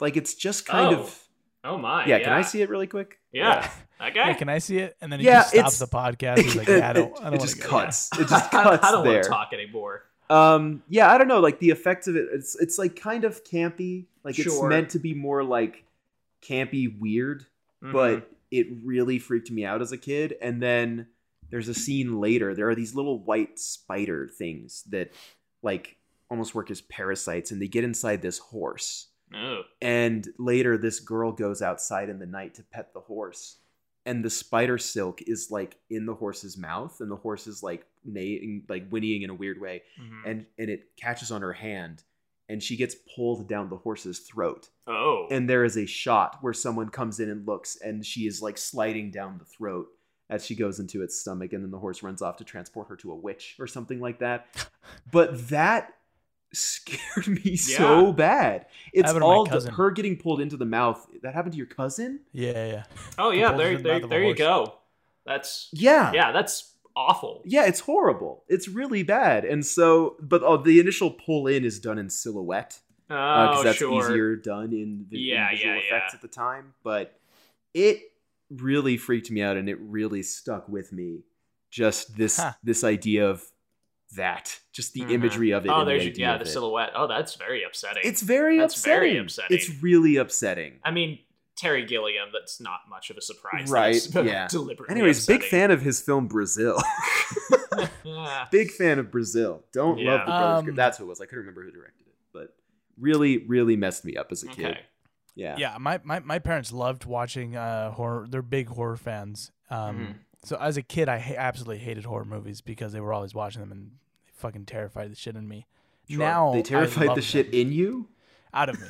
like it's just kind
Oh,
of
oh my.
yeah. Can I see it really quick?
Yeah. Okay.
Hey, can I see it? And then he
Yeah,
just stops
it's-
the podcast. He's like, yeah, I don't,
it
I don't wanna
just
go.
cuts. It just
I don't-
cuts
I don't
there.
want to talk anymore.
um yeah i don't know like the effects of it it's it's like kind of campy like it's
Sure.
meant to be more like campy weird
Mhm.
but it really freaked me out as a kid and then there's a scene later there are these little white spider things that like almost work as parasites and they get inside this horse
Ugh.
and later this girl goes outside in the night to pet the horse and the spider silk is like in the horse's mouth and the horse is like neighing like whinnying in a weird way
Mm-hmm.
Mhm.
and and it catches on her hand and she gets pulled down the horse's throat
oh.
and there is a shot where someone comes in and looks and she is like sliding down the throat as she goes into its stomach and then the horse runs off to transport her to a witch or something like that but that scared me so bad it's
happened to my
all the,
cousin.
her getting pulled into the mouth that happened to your cousin
Yeah, yeah, yeah.
oh yeah.
balls in the
There, there,
mouth of a
there you
horse.
go. That's
yeah
yeah. That's awful.
yeah it's horrible it's really bad and so but oh, the initial pull in is done in silhouette because
Oh
Uh, that's
sure.
easier done in the
Yeah,
in visual
yeah,
effects at the time. But it really freaked me out, and it really stuck with me. Just this
Huh.
this idea of that, just the
Mhm.
imagery of it.
Oh,
and the
there's
idea
yeah
of
the
it.
silhouette. Oh, that's very upsetting.
It's very
That's
upsetting.
very upsetting.
It's really upsetting.
I mean Terry Gilliam. That's not much of a surprise.
Right,
That's
yeah.
Deliberately.
Anyways, big
upsetting.
fan of his film Brazil.
Yeah.
big fan of Brazil. Don't
Yeah.
love the Brothers Grimm.
Um,
That's who it was. I couldn't remember who directed it, but really, really messed me up as a kid.
Okay.
Yeah.
Yeah, my, my, my parents loved watching uh, horror. They're big horror fans. Um,
Mhm.
So as a kid, I ha- absolutely hated horror movies because they were always watching them and they fucking terrified the shit in me.
Sure.
Now
They terrified the shit
in-
in you.
out of me,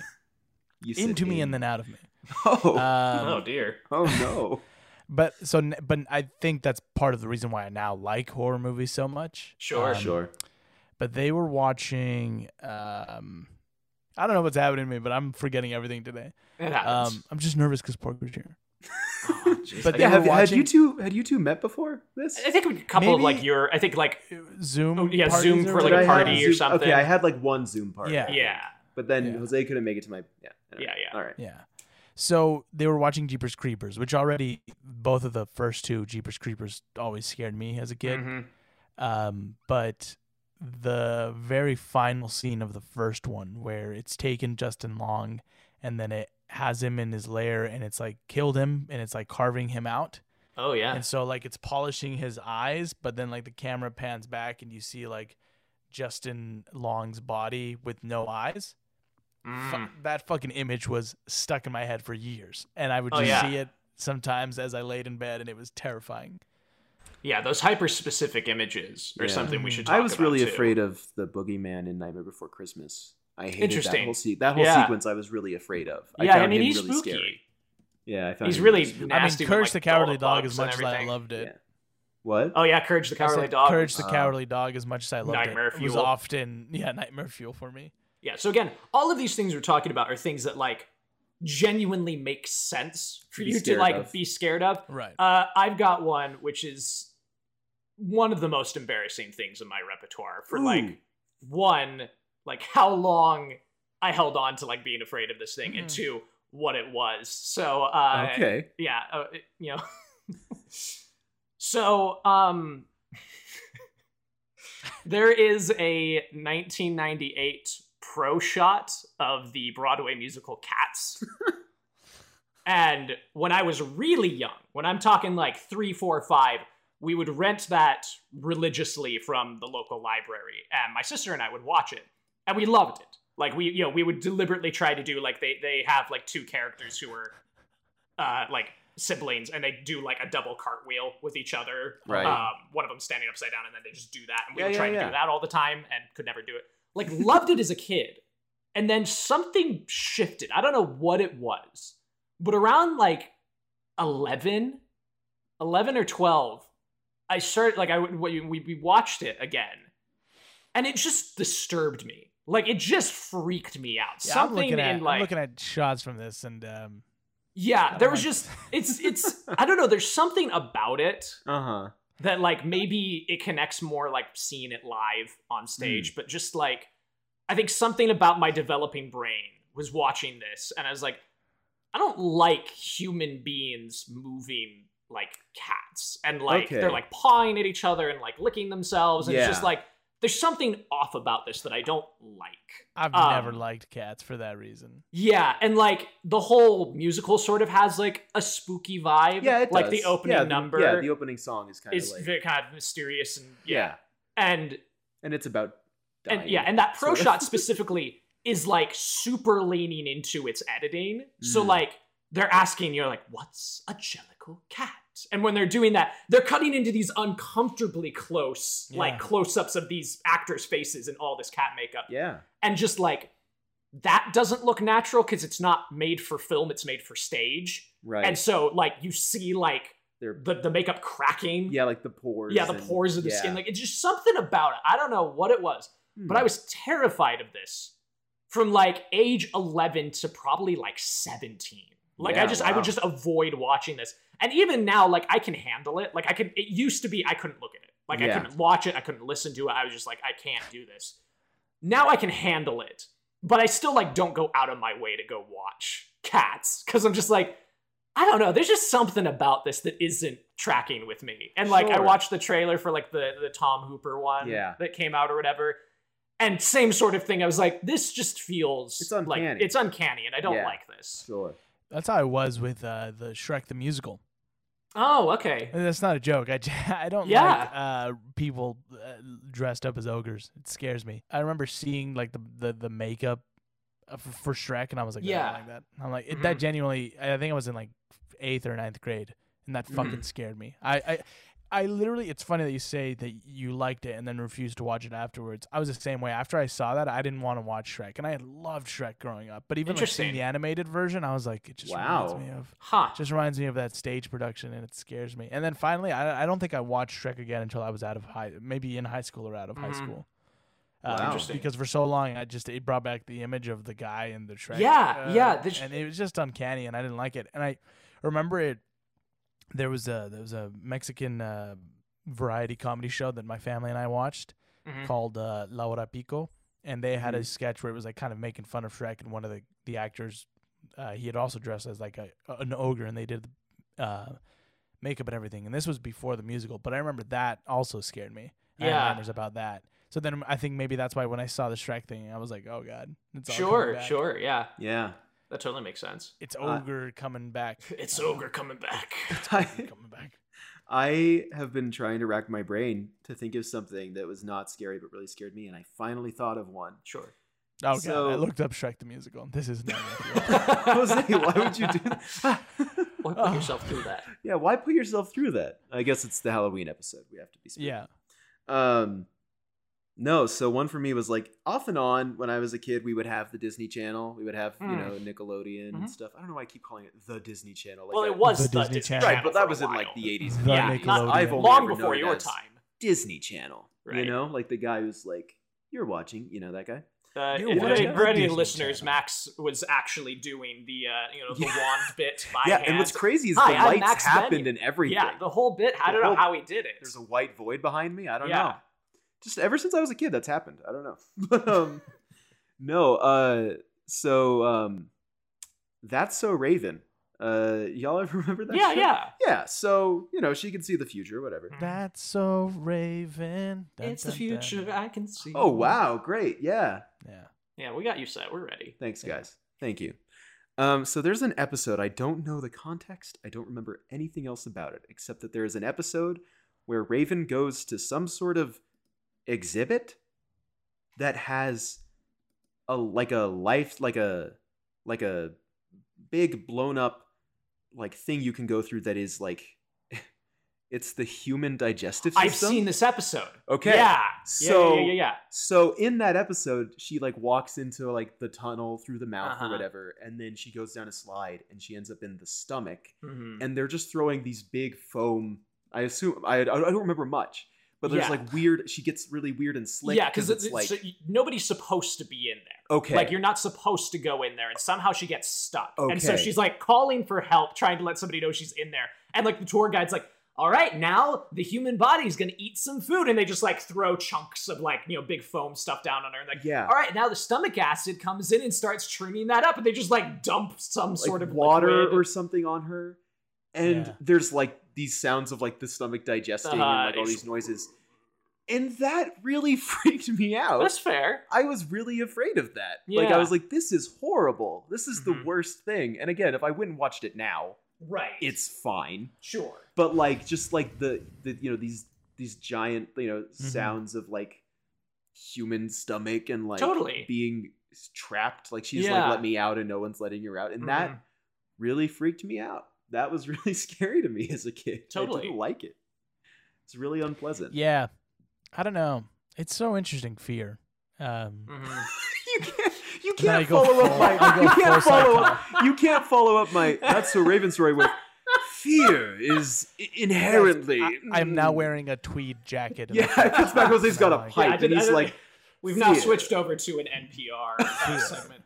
you said
into me,
in.
and then out of me.
Oh,
Um,
oh dear.
oh no.
But so, n- but I think that's part of the reason why I now like horror movies so much.
Sure.
Um,
sure.
But they were watching. Um, I don't know what's happening to me, but I'm forgetting everything today.
It happens.
Um, I'm just nervous because Parker's here.
Oh, jeez.
but
I
Yeah,
they were
have, had you
watching-
two had you two met before this?
I think a couple of like
Maybe-
your. I think like
Zoom.
Oh, yeah,
parties
Zoom
or
for, like,
Did I
whatever?
a
have
party
Zoom-
or something.
Okay, I had like one Zoom party.
Yeah.
yeah.
But then
Yeah.
Jose couldn't make it to my yeah.
Yeah, yeah.
All right.
Yeah. So they were watching Jeepers Creepers, which already both of the first two Jeepers Creepers always scared me as a kid.
Mhm.
Um, but the very final scene of the first one, where it's taken Justin Long, and then it has him in his lair, and it's like killed him, and it's like carving him out,
Oh yeah.
and so like it's polishing his eyes, but then like the camera pans back, and you see like Justin Long's body with no eyes fu-
Mm.
that fucking image was stuck in my head for years, and I would
Oh,
just
yeah.
see it sometimes as I laid in bed, and it was terrifying.
Yeah, those hyper specific images are
Yeah.
something we should talk
I was
about,
really
too.
afraid of the boogeyman in Nightmare Before Christmas. I hated that
Interesting.
whole se- that whole
Yeah.
sequence. I was really afraid of. I
yeah, I
found
mean
him
he's
really
spooky.
Scary. Yeah, I found
He's
him
really
scary.
nasty.
I mean, Courage
with, like,
the Cowardly
all
Dog
bugs
as much
and
as I
everything.
loved it.
Yeah. what?
Oh yeah, Courage the
I said
Cowardly Dog.
Courage the
Uh,
Cowardly Dog as much as I loved
Nightmare
it. It was
fuel.
often yeah nightmare fuel for me.
Yeah. So again, all of these things we're talking about are things that like genuinely make sense for
Be
you to
scared
like
of.
be scared of.
Right.
Uh, I've got one which is one of the most embarrassing things in my repertoire for
Ooh.
like one, like how long I held on to like being afraid of this thing and
Mm-hmm.
to what it was. So uh,
okay.
yeah, uh, it- you know. so, um, there is a 1998 pro shot of the Broadway musical Cats. and when I was really young, when I'm talking like three, four, five, we would rent that religiously from the local library, and my sister and I would watch it, and we loved it. Like we, you know, we would deliberately try to do like they they have like two characters who are uh, like siblings and they do like a double cartwheel with each other.
Right.
Um, one of them standing upside down and then they just do that. And we
Yeah,
were
yeah,
trying to
yeah.
do that all the time and could never do it. Like loved it as a kid. And then something shifted. I don't know what it was. But around like 11, 11 or 12, I started like I would- we we watched it again. And it just disturbed me. Like it just freaked me out.
Yeah, I'm
Something
looking at
in like
I'm looking at shots from this, and um,
yeah,
I
there
don't
was
like-
just it's it's I don't know. There's something about it
Uh huh.
that like maybe it connects more like seeing it live
Hmm.
on stage, but just like I think something about my developing brain was watching this, and I was like, I don't like human beings moving like cats, and like
Okay.
they're like pawing at each other and like licking themselves, and it's just
Yeah.
like there's something off about this that I don't like.
I've
Um,
never liked cats for that reason.
Yeah, and like the whole musical sort of has like a spooky vibe.
Yeah, it
like
does.
the opening
yeah,
number
yeah, the opening song is kind of
is
like
very kind of mysterious and
yeah.
and
and it's about dying.
and yeah, and that pro
sort of.
shot specifically is like super leaning into its editing. So
Mm.
like they're asking you're like, what's a jellicle cat? And when they're doing that, they're cutting into these uncomfortably close,
Yeah.
like close-ups of these actors' faces and all this cat makeup
yeah,
and just like that doesn't look natural because it's not made for film it's made for stage
right.
and so like you see like
They're
the, the makeup cracking
yeah, like the pores.
yeah the
and-
pores of the
yeah.
skin like it's just something about it i don't know what it was but i
Hmm.
was terrified of this from like age 11 to probably like 17 like
Yeah,
i just i
wow.
would just avoid watching this and even now like i can handle it like i could it used to be i couldn't look at it like i
Yeah.
couldn't watch it i couldn't listen to it i was just like i can't do this now i can handle it but i still like don't go out of my way to go watch cats because i'm just like i don't know there's just something about this that isn't tracking with me and like i
Sure.
watched the trailer for like the the tom hooper one
Yeah.
that came out or whatever and same sort of thing. I was like, this just feels
It's
like
uncanny.
it's uncanny, and I don't
Yeah.
like this.
sure.
That's how I was with uh, the Shrek the musical.
Oh, okay.
And That's not a joke. I, j- I don't like uh, people uh, dressed up as ogres. It scares me. I remember seeing like the the, the makeup uh, for, for Shrek, and I was like, yeah,
Yeah. Mm-hmm.
like that. I'm like it, that. Genuinely, I I think I was in like eighth or ninth grade, and that
Mm-hmm.
fucking scared me. I. I I literally, it's funny that you say that you liked it and then refused to watch it afterwards. I was the same way. After I saw that, I didn't want to watch Shrek, and I had loved Shrek growing up. But even like, seeing
Interesting.
the animated version, I was like, it just
Wow.
reminds me of
Huh.
just reminds me of that stage production and it scares me. And then finally, I, I don't think I watched Shrek again until I was out of high, maybe in high school or out of high
Mhm.
school.
Wow.
Um,
Interesting.
Because for so long, I just it brought back the image of the guy in the Shrek. uh,
Yeah, yeah, the sh-
and it was just uncanny, and I didn't like it. And I remember it. There was a there was a Mexican uh, variety comedy show that my family and I watched
Mhm.
called uh, La Hora Pico, and they had a
Mm-hmm.
Mhm.
sketch where it was like kind of making fun of Shrek, and one of the the actors, uh, he had also dressed as like a an ogre, and they did the uh, makeup and everything. And this was before the musical, but I remember that also scared me. I had
Yeah.
nightmares about that. So then I think maybe that's why when I saw the Shrek thing, I was like, oh god, it's all coming
Sure,
back.
sure, yeah.
Yeah.
That totally makes sense.
it's ogre coming back,
It's
I don't know.
ogre coming back.
Ogre coming back.
I have been trying to rack my brain to think of something that was not scary but really scared me, and I finally thought of one.
Sure.
Oh god, I
So-
looked up Shrek the musical. This is not. gonna be-
Jose, why would you do that?
Why put
Oh.
yourself through that?
yeah, why put yourself through that? I guess it's the Halloween episode. We have to be spooky.
yeah.
Um, no, so one for me was like off and on when I was a kid, we would have the Disney Channel, we would have you
Mm.
know Nickelodeon
Mhm.
and stuff. I don't know why I keep calling it the Disney Channel. Like
well,
I-
it was
The
the,
Disney
Disney,
Channel.
Channel,
right, but that
for a
was in like
while.
the eighties.
The
yeah, not-
Nickelodeon.
I've only
long
ever known
before
it
your
as
time.
Disney Channel.
Right.
You know, like the guy who's like, "You're watching," you know that guy.
Uh,
You
if-
watched
the
if- for any
Disney
listeners,
Channel.
Max was actually doing the uh, you know the
Yeah.
wand bit by
yeah,
hand.
and what's crazy is
Hi,
the
I'm
lights
Max
happened
Benyon.
and everything.
Yeah, the whole bit.
The
I don't know
whole-
how he did it.
There's a white void behind me. I don't
Yeah.
know. Just ever since I was a kid, that's happened. I don't know. But um, no, uh, so um, that's so Raven. Uh, y'all ever remember that?
yeah,
show?
yeah. Hmm. Mm.
Yeah, so you know she can see the future, whatever.
That's so Raven. Dun,
It's the
dun, dun.
future I can see.
Oh wow, great, yeah.
Yeah.
Yeah, we got you set. We're ready.
Thanks,
Yeah.
guys. Thank you. Um, so there's an episode. I don't know the context. I don't remember anything else about it except that there is an episode where Raven goes to some sort of exhibit that has a like a life like a like a big blown up like thing you can go through that is like it's the human digestive system.
I've seen this episode.
Okay.
Yeah.
So-
yeah, yeah, yeah, yeah.
So in that episode, she like walks into like the tunnel through the mouth or
Uh-huh.
whatever, and then she goes down a slide and she ends up in the stomach.
yeah. Mhm.
And they're just throwing these big foam. I assume I I don't remember much, but there's
Yeah.
like weird. She gets really weird and slick.
yeah, because it's,
like
so y- nobody's supposed to be in there.
okay,
Like you're not supposed to go in there, and somehow she gets stuck. And so
Okay.
she's like calling for help, trying to let somebody know she's in there. And like the tour guide's like, "All right, now the human body's gonna eat some food," and they just like throw chunks of like you know big foam stuff down on her, and like.
yeah,
All right, now the stomach acid comes in and starts trimming that up, and they just like dump some
like
sort of
water
liquid.
or something on her, and
Yeah.
there's like these sounds of like the stomach digesting and
Uh-huh,
like all
it's-
these noises, and that really freaked me out.
That's fair.
I was really afraid of that. Like I
Yeah.
was like, this is horrible. This is
Mhm.
the worst thing. And again, if I went and watched it now,
Right.
it's fine.
sure.
But like just like the, the you know, these these giant, you know,
Mm-hmm.
sounds of like human stomach and like
Totally.
being trapped. Like she's
Yeah.
like, let me out and no one's letting her out.
Mm-hmm,
And that really freaked me out. That was really scary to me as a kid. I
Totally.
didn't like it. It's really unpleasant.
Yeah. I don't know. It's so interesting, fear. Um,
Mhm.
You can't. You
And then I
can't
go
follow up
full-
my.
I go
You can't
full
follow up. You can't follow up my. That's so Raven story with. Fear is i- inherently.
I, am now
Mm.
wearing a tweed jacket. and
Yeah,
a
Fitz Michaels, he's got
Oh
a
my
pipe,
God.
and he's
Yeah, I
like,
We've now
Fear.
switched over to an NPR uh, segment.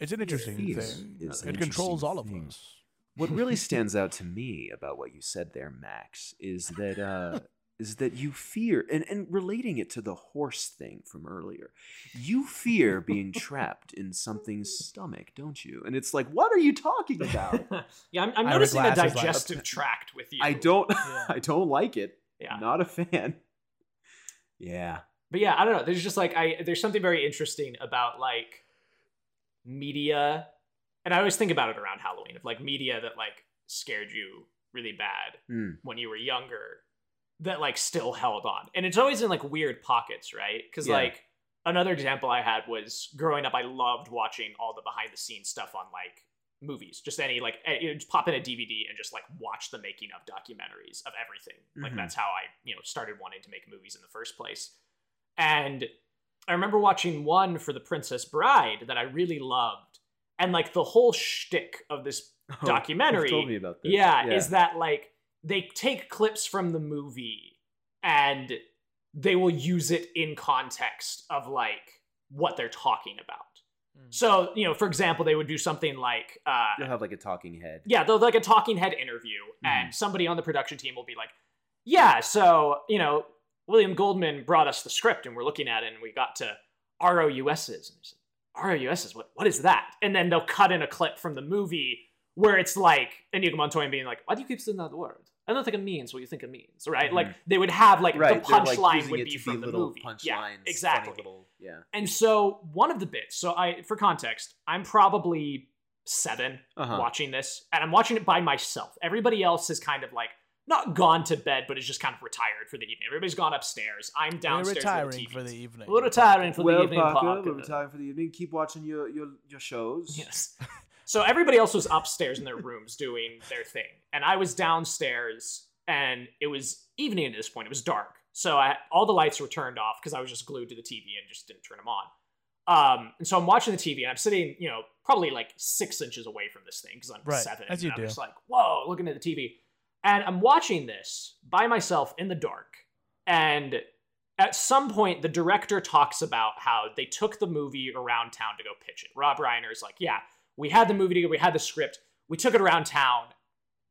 It's an interesting
Fear
thing.
is an
it controls
interesting
all of
thing.
us.
"What really stands out to me about what you said there, Max, is that uh, is that you fear, and and relating it to the horse thing from earlier, you fear being trapped in something's stomach, don't you? And it's like, what are you talking about?
yeah, I'm, I'm
Ira
noticing a
Glass is like-
digestive tract with you.
I don't.
Yeah.
I don't like it.
Yeah.
Not a fan. Yeah.
But yeah, I don't know. There's just like I there's something very interesting about like media, and I always think about it around Halloween of like media that like scared you really bad
Hmm.
when you were younger that like still held on. And it's always in like weird pockets, right? Cuz
Yeah.
like another example I had was growing up I loved watching all the behind the scenes stuff on like movies. Just any like eh, you know, just pop in a DVD and just like watch the making of documentaries of everything. Like
Mhm.
that's how I, you know, started wanting to make movies in the first place. And I remember watching one for The Princess Bride that I really loved. And like the whole shtick of this
Oh,
Documentary.
you've told me about this.
yeah, is that like they take clips from the movie and they will use it in context of like what they're talking about. So, you know, for example, they would do something like uh,
you'll have like a talking head.
yeah, they'll like a talking head interview,
Hmm.
and somebody on the production team will be like, "Yeah, so you know, William Goldman brought us the script, and we're looking at it, and we got to ROUSs, and it's like, ROUSs, what what is that?" And then they'll cut in a clip from the movie where it's like Enigma Montoya being like, "Why do you keep saying that word? I don't think it means what you think it means, right?"
Mhm.
Like they would have like
Right.
the
they're, like,
punchline
using
would
it
be
to
from the
little
movie,
Punchlines,
yeah,
funny
exactly.
little- yeah.
And so one of the bits, so I for context, I'm probably seven
Uh-huh.
watching this, and I'm watching it by myself. Everybody else is kind of like not gone to bed, but is just kind of retired for the evening. Everybody's gone upstairs. I'm
We're
downstairs. with the
retiring for the e-
TVs.
evening.
We're retiring for the
Well,
evening.
Parker, we're
Parker.
retiring for the evening. Keep watching your your, your shows.
Yes. So everybody else was upstairs in their rooms doing their thing. And I was downstairs and it was evening at this point. It was dark. So I, all the lights were turned off because I was just glued to the TV and just didn't turn them on. Um, and so I'm watching the TV and I'm sitting, you know, probably like six inches away from this thing because I'm
Right,
seven.
as you
and
do.
I'm just like, whoa, looking at the TV. And I'm watching this by myself in the dark. And at some point, the director talks about how they took the movie around town to go pitch it. Rob Reiner is like, yeah, we had the movie together, we had the script, we took it around town,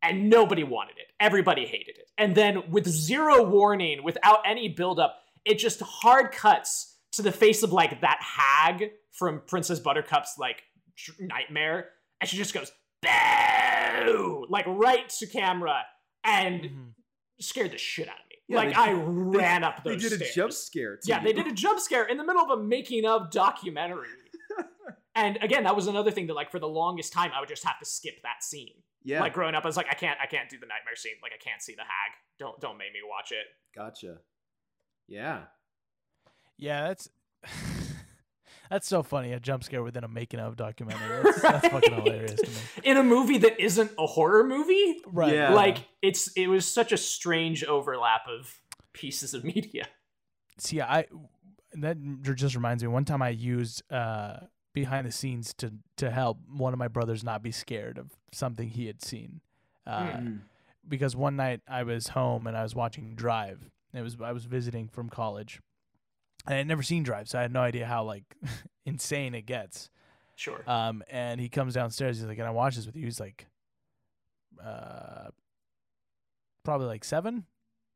and nobody wanted it. Everybody hated it. And then, with zero warning, without any buildup, it just hard cuts to the face of like that hag from Princess Buttercup's like dr- nightmare, and she just goes boo, like right to camera,
Mm-hmm.
and scared the shit out of me.
Yeah,
like
they-
I ran up
They
those.
did
stairs.
a jump scare. To
Yeah,
you.
they did a jump scare in the middle of a making of documentary. and again, that was another thing that like for the longest time I would just have to skip that scene.
Yeah,
Like growing up, I was like, I can't I can't do the nightmare scene. Like I can't see the hag. Don't don't make me watch it.
gotcha. Yeah,
Yeah, that's that's so funny. A jump scare within a making of documentary. That's, that's fucking
Right.
hilarious to me.
In a movie that isn't a horror movie.
Right.
Yeah.
Like it's it was such a strange overlap of pieces of media.
see, I that just reminds me. One time I used uh, behind the scenes to to help one of my brothers not be scared of something he had seen. Uh,
Mm.
because one night I was home and I was watching Drive. It was I was visiting from college. And I had never seen Drive, so I had no idea how like insane it gets.
Sure.
Um, and he comes downstairs. He's like, "Can I watch this with you?" He's like, "Uh, probably like seven.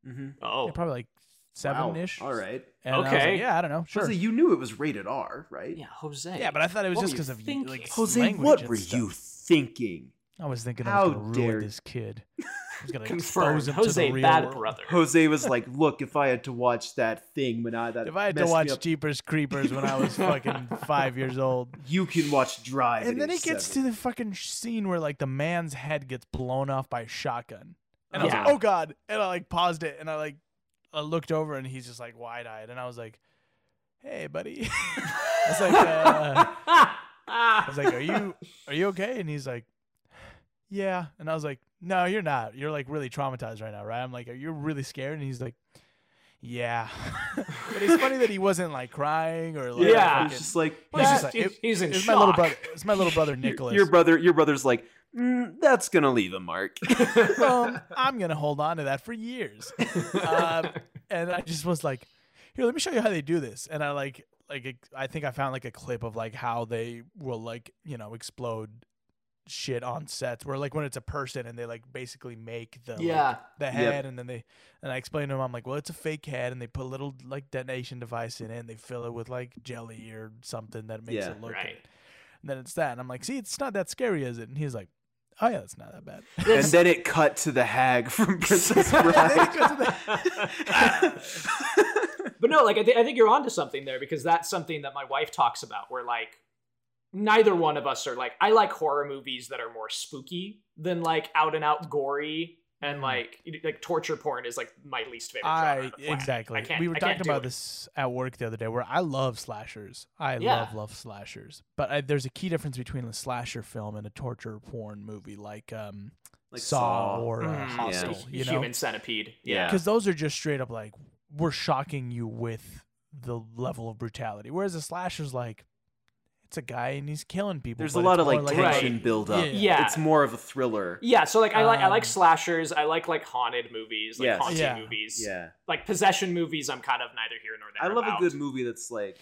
Mhm.
oh.
Yeah, probably like
Wow.
seven ish."
All right.
And I was like,
Okay.
yeah, I don't know. Sure.
Jose, you knew it was rated R, right?
yeah, Jose.
Yeah, but I thought it was
What
just
were you
because of y-
thinking?
like
Jose,
language
what
and
were
stuff.
you thinking?
I was thinking I
How
was going to ruin
dare-
this kid. I was going to
confirmed
expose him to
Jose
the real
bad
world.
brother.
Jose was like, "Look, if I had to watch that thing when I that
If I had to
messed me
watch
up,
Jeepers Creepers when I was fucking five years old,
you can watch Drive."
and then he
it
gets to the fucking sh- scene where like the man's head gets blown off by a shotgun, and I was
Yeah.
Uh-huh.
like, "Oh god!" And I like paused it, and I like I looked over, and he's just like wide eyed, and I was like, "Hey, buddy," I was like, uh, "I was like, are you are you okay?" And he's like, "Yeah," and I was like, "No, you're not. You're like really traumatized right now, right?" I'm like, "Are you really scared?" And he's like, "Yeah," but it's funny that he wasn't like crying or like
Yeah.
yeah,
fucking-
it's just like
Well, it's
"That-
just like,
he's-
it-
he's in
it's
shock.
my little brother. It's my little brother Nicholas.
your brother, your brother's like, "Mm, that's gonna leave a mark.
um, I'm gonna hold on to that for years. Um, and I just was like, here, let me show you how they do this. And I like, like, ex- I think I found like a clip of like how they will like, you know, explode shit on sets where like when it's a person and they like basically make the like,
yeah.
the head and then they and I explained to him I'm like well it's a fake head and they put a little like detonation device in it and they fill it with like jelly or something that makes
Yeah.
it look
Right.
and then it's that and I'm like see it's not that scary is it and he's like oh yeah that's not that bad
and then it cut to the hag from Princess Bride.
But no, like I, th- I think you're onto something there because that's something that my wife talks about. Where like neither one of us are like I like horror movies that are more spooky than like out and out gory and
Mhm.
like you know, like torture porn is like my least favorite. genre
I
of the flat.
exactly.
I can't-
we were
I can't
talking
do
about
it.
this at work the other day, where I love slashers. I
Yeah.
love love slashers, but I, there's a key difference between a slasher film and a torture porn movie, like um Saw, or uh,
Mm,
Hmm,
Hostel.
hu-
You know,
human centipede. Yeah.
because those are just straight up like we're shocking you with the level of brutality, whereas a slasher's like it's a guy and he's killing people.
There's
but
a lot
it's
of
more
like
Right.
tension build up.
Yeah.
Yeah.
It's more of a thriller.
Yeah, so like I like I like
Um,
slashers. I like like haunted movies, like
Yes.
haunted
Yeah.
movies,
Yeah.
like possession movies. I'm kind of neither here nor
I
there.
love
about.
a good movie that's like,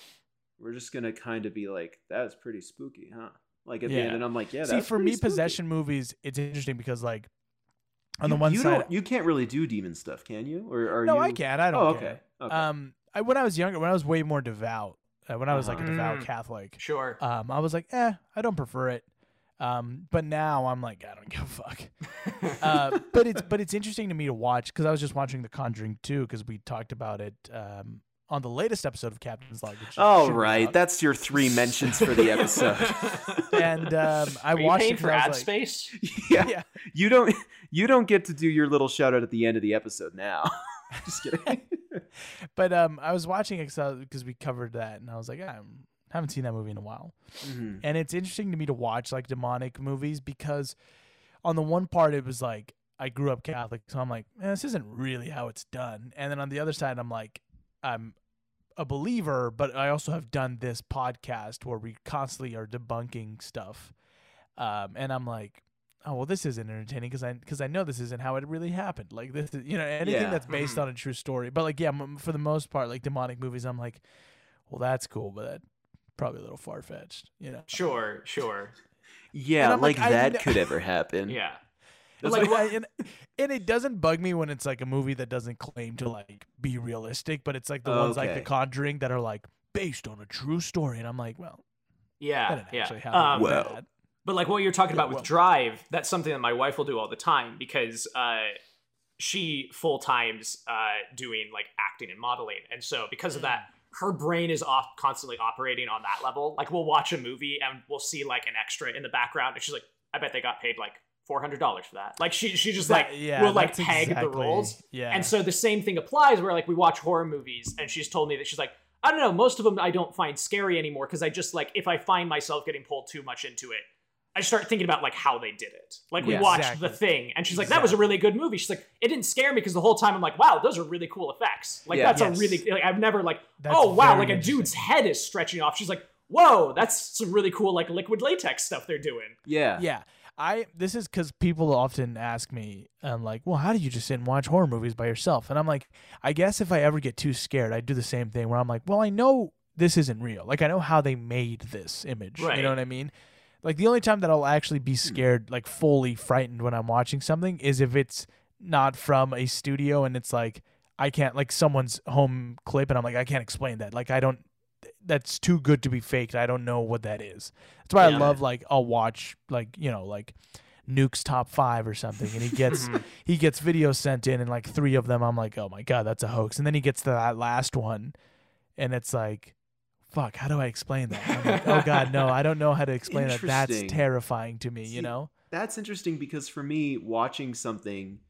we're just gonna kind of be like, that was pretty spooky, huh? Like at the
Yeah.
end, and I'm like, yeah.
See,
that's
for
pretty
me,
spooky.
possession movies, it's interesting because like on
You-
the one
you
side,
don't- you can't really do demon stuff, can you? Or are
no,
you?
I can. I don't
oh,
care.
okay. okay.
Um, I when I was younger, when I was way more devout, uh, when I was like a
Uh-huh.
devout
Mm.
Catholic,
Sure.
um, I was like, eh, I don't prefer it. Um, but now I'm like, I don't give a fuck. Uh, but it's but it's interesting to me to watch because I was just watching The Conjuring 2 because we talked about it um, on the latest episode of Captain's Log. which
All
Oh,
should be
right,
out.
that's your three mentions for the episode.
and um, I
Are you
watched
paying
it 'cause
for
I was
ad
like,
space?
yeah.
Yeah.
you don't you don't get to do your little shout out at the end of the episode now. Just kidding. Mm-hmm.
but um, I was watching it because we covered that and I was like, "Ah, I haven't seen that movie in a while.
Mhm.
And it's interesting to me to watch like demonic movies because on the one part it was like I grew up Catholic, so I'm like, "Eh, this isn't really how it's done. And then on the other side I'm like, I'm a believer, but I also have done this podcast where we constantly are debunking stuff. Um, and I'm like, oh well, this isn't entertaining because I because I know this isn't how it really happened. Like this, is, you know, anything
Yeah.
that's based
Mhm.
on a true story. But like, yeah, m- for the most part, like demonic movies, I'm like, well, that's cool, but that probably a little far fetched, you know.
Sure, sure.
Yeah,
I'm
like,
like, I
that
kn-
could ever happen.
Yeah.
But,
That's
like,
what-
I- and, and it doesn't bug me when it's like a movie that doesn't claim to like be realistic, but it's like the ones like The
Okay.
Conjuring that are like based on a true story, and I'm like, well, That
Yeah,
didn't
yeah.
actually happen
Um,
like
Well.
that.
But like what you're talking
Yeah,
about with
well-
Drive, that's something that my wife will do all the time because uh, she full times uh, doing like acting and modeling, and so because of that,
Mm.
her brain is off constantly operating on that level. Like we'll watch a movie and we'll see like an extra in the background, and she's like, "I bet they got paid like four hundred dollars for that." Like she she just like
That- yeah,
will like
that's
tag the
exactly-
roles,
Yeah.
and so the same thing applies where like we watch horror movies and she's told me that she's like, I don't know, most of them I don't find scary anymore because I just like if I find myself getting pulled too much into it, I start thinking about like how they did it. Like we
Yeah.
watched
Exactly.
The Thing and she's like, that was a really good movie. She's like, it didn't scare me because the whole time I'm like, wow, those are really cool effects. Like
Yeah.
that's
Yes.
a really like I've never like
That's
oh wow,
very
like a dude's
interesting.
head is stretching off. She's like, whoa, that's some really cool like liquid latex stuff they're doing.
Yeah.
Yeah. I this is because people often ask me, um, like, well, how do you just sit and watch horror movies by yourself? And I'm like, I guess if I ever get too scared, I do the same thing where I'm like, well, I know this isn't real. Like, I know how they made this image. You
Right.
know what I mean? Like, the only time that I'll actually be scared, like, fully frightened when I'm watching something is if it's not from a studio and it's like, I can't, like, someone's home clip and I'm like, I can't explain that. Like, I don't, that's too good to be faked. I don't know what that is. That's why
Yeah.
I love like I'll watch like you know like Nuke's top five or something, and he gets
Mhm.
he gets videos sent in, and like three of them, I'm like, oh my god, that's a hoax. And then he gets to that last one, and it's like, fuck, how do I explain that? I'm like, oh god, no, I don't know how to explain that. That's
Interesting.
terrifying to me,
See,
you know.
That's interesting because for me, watching something,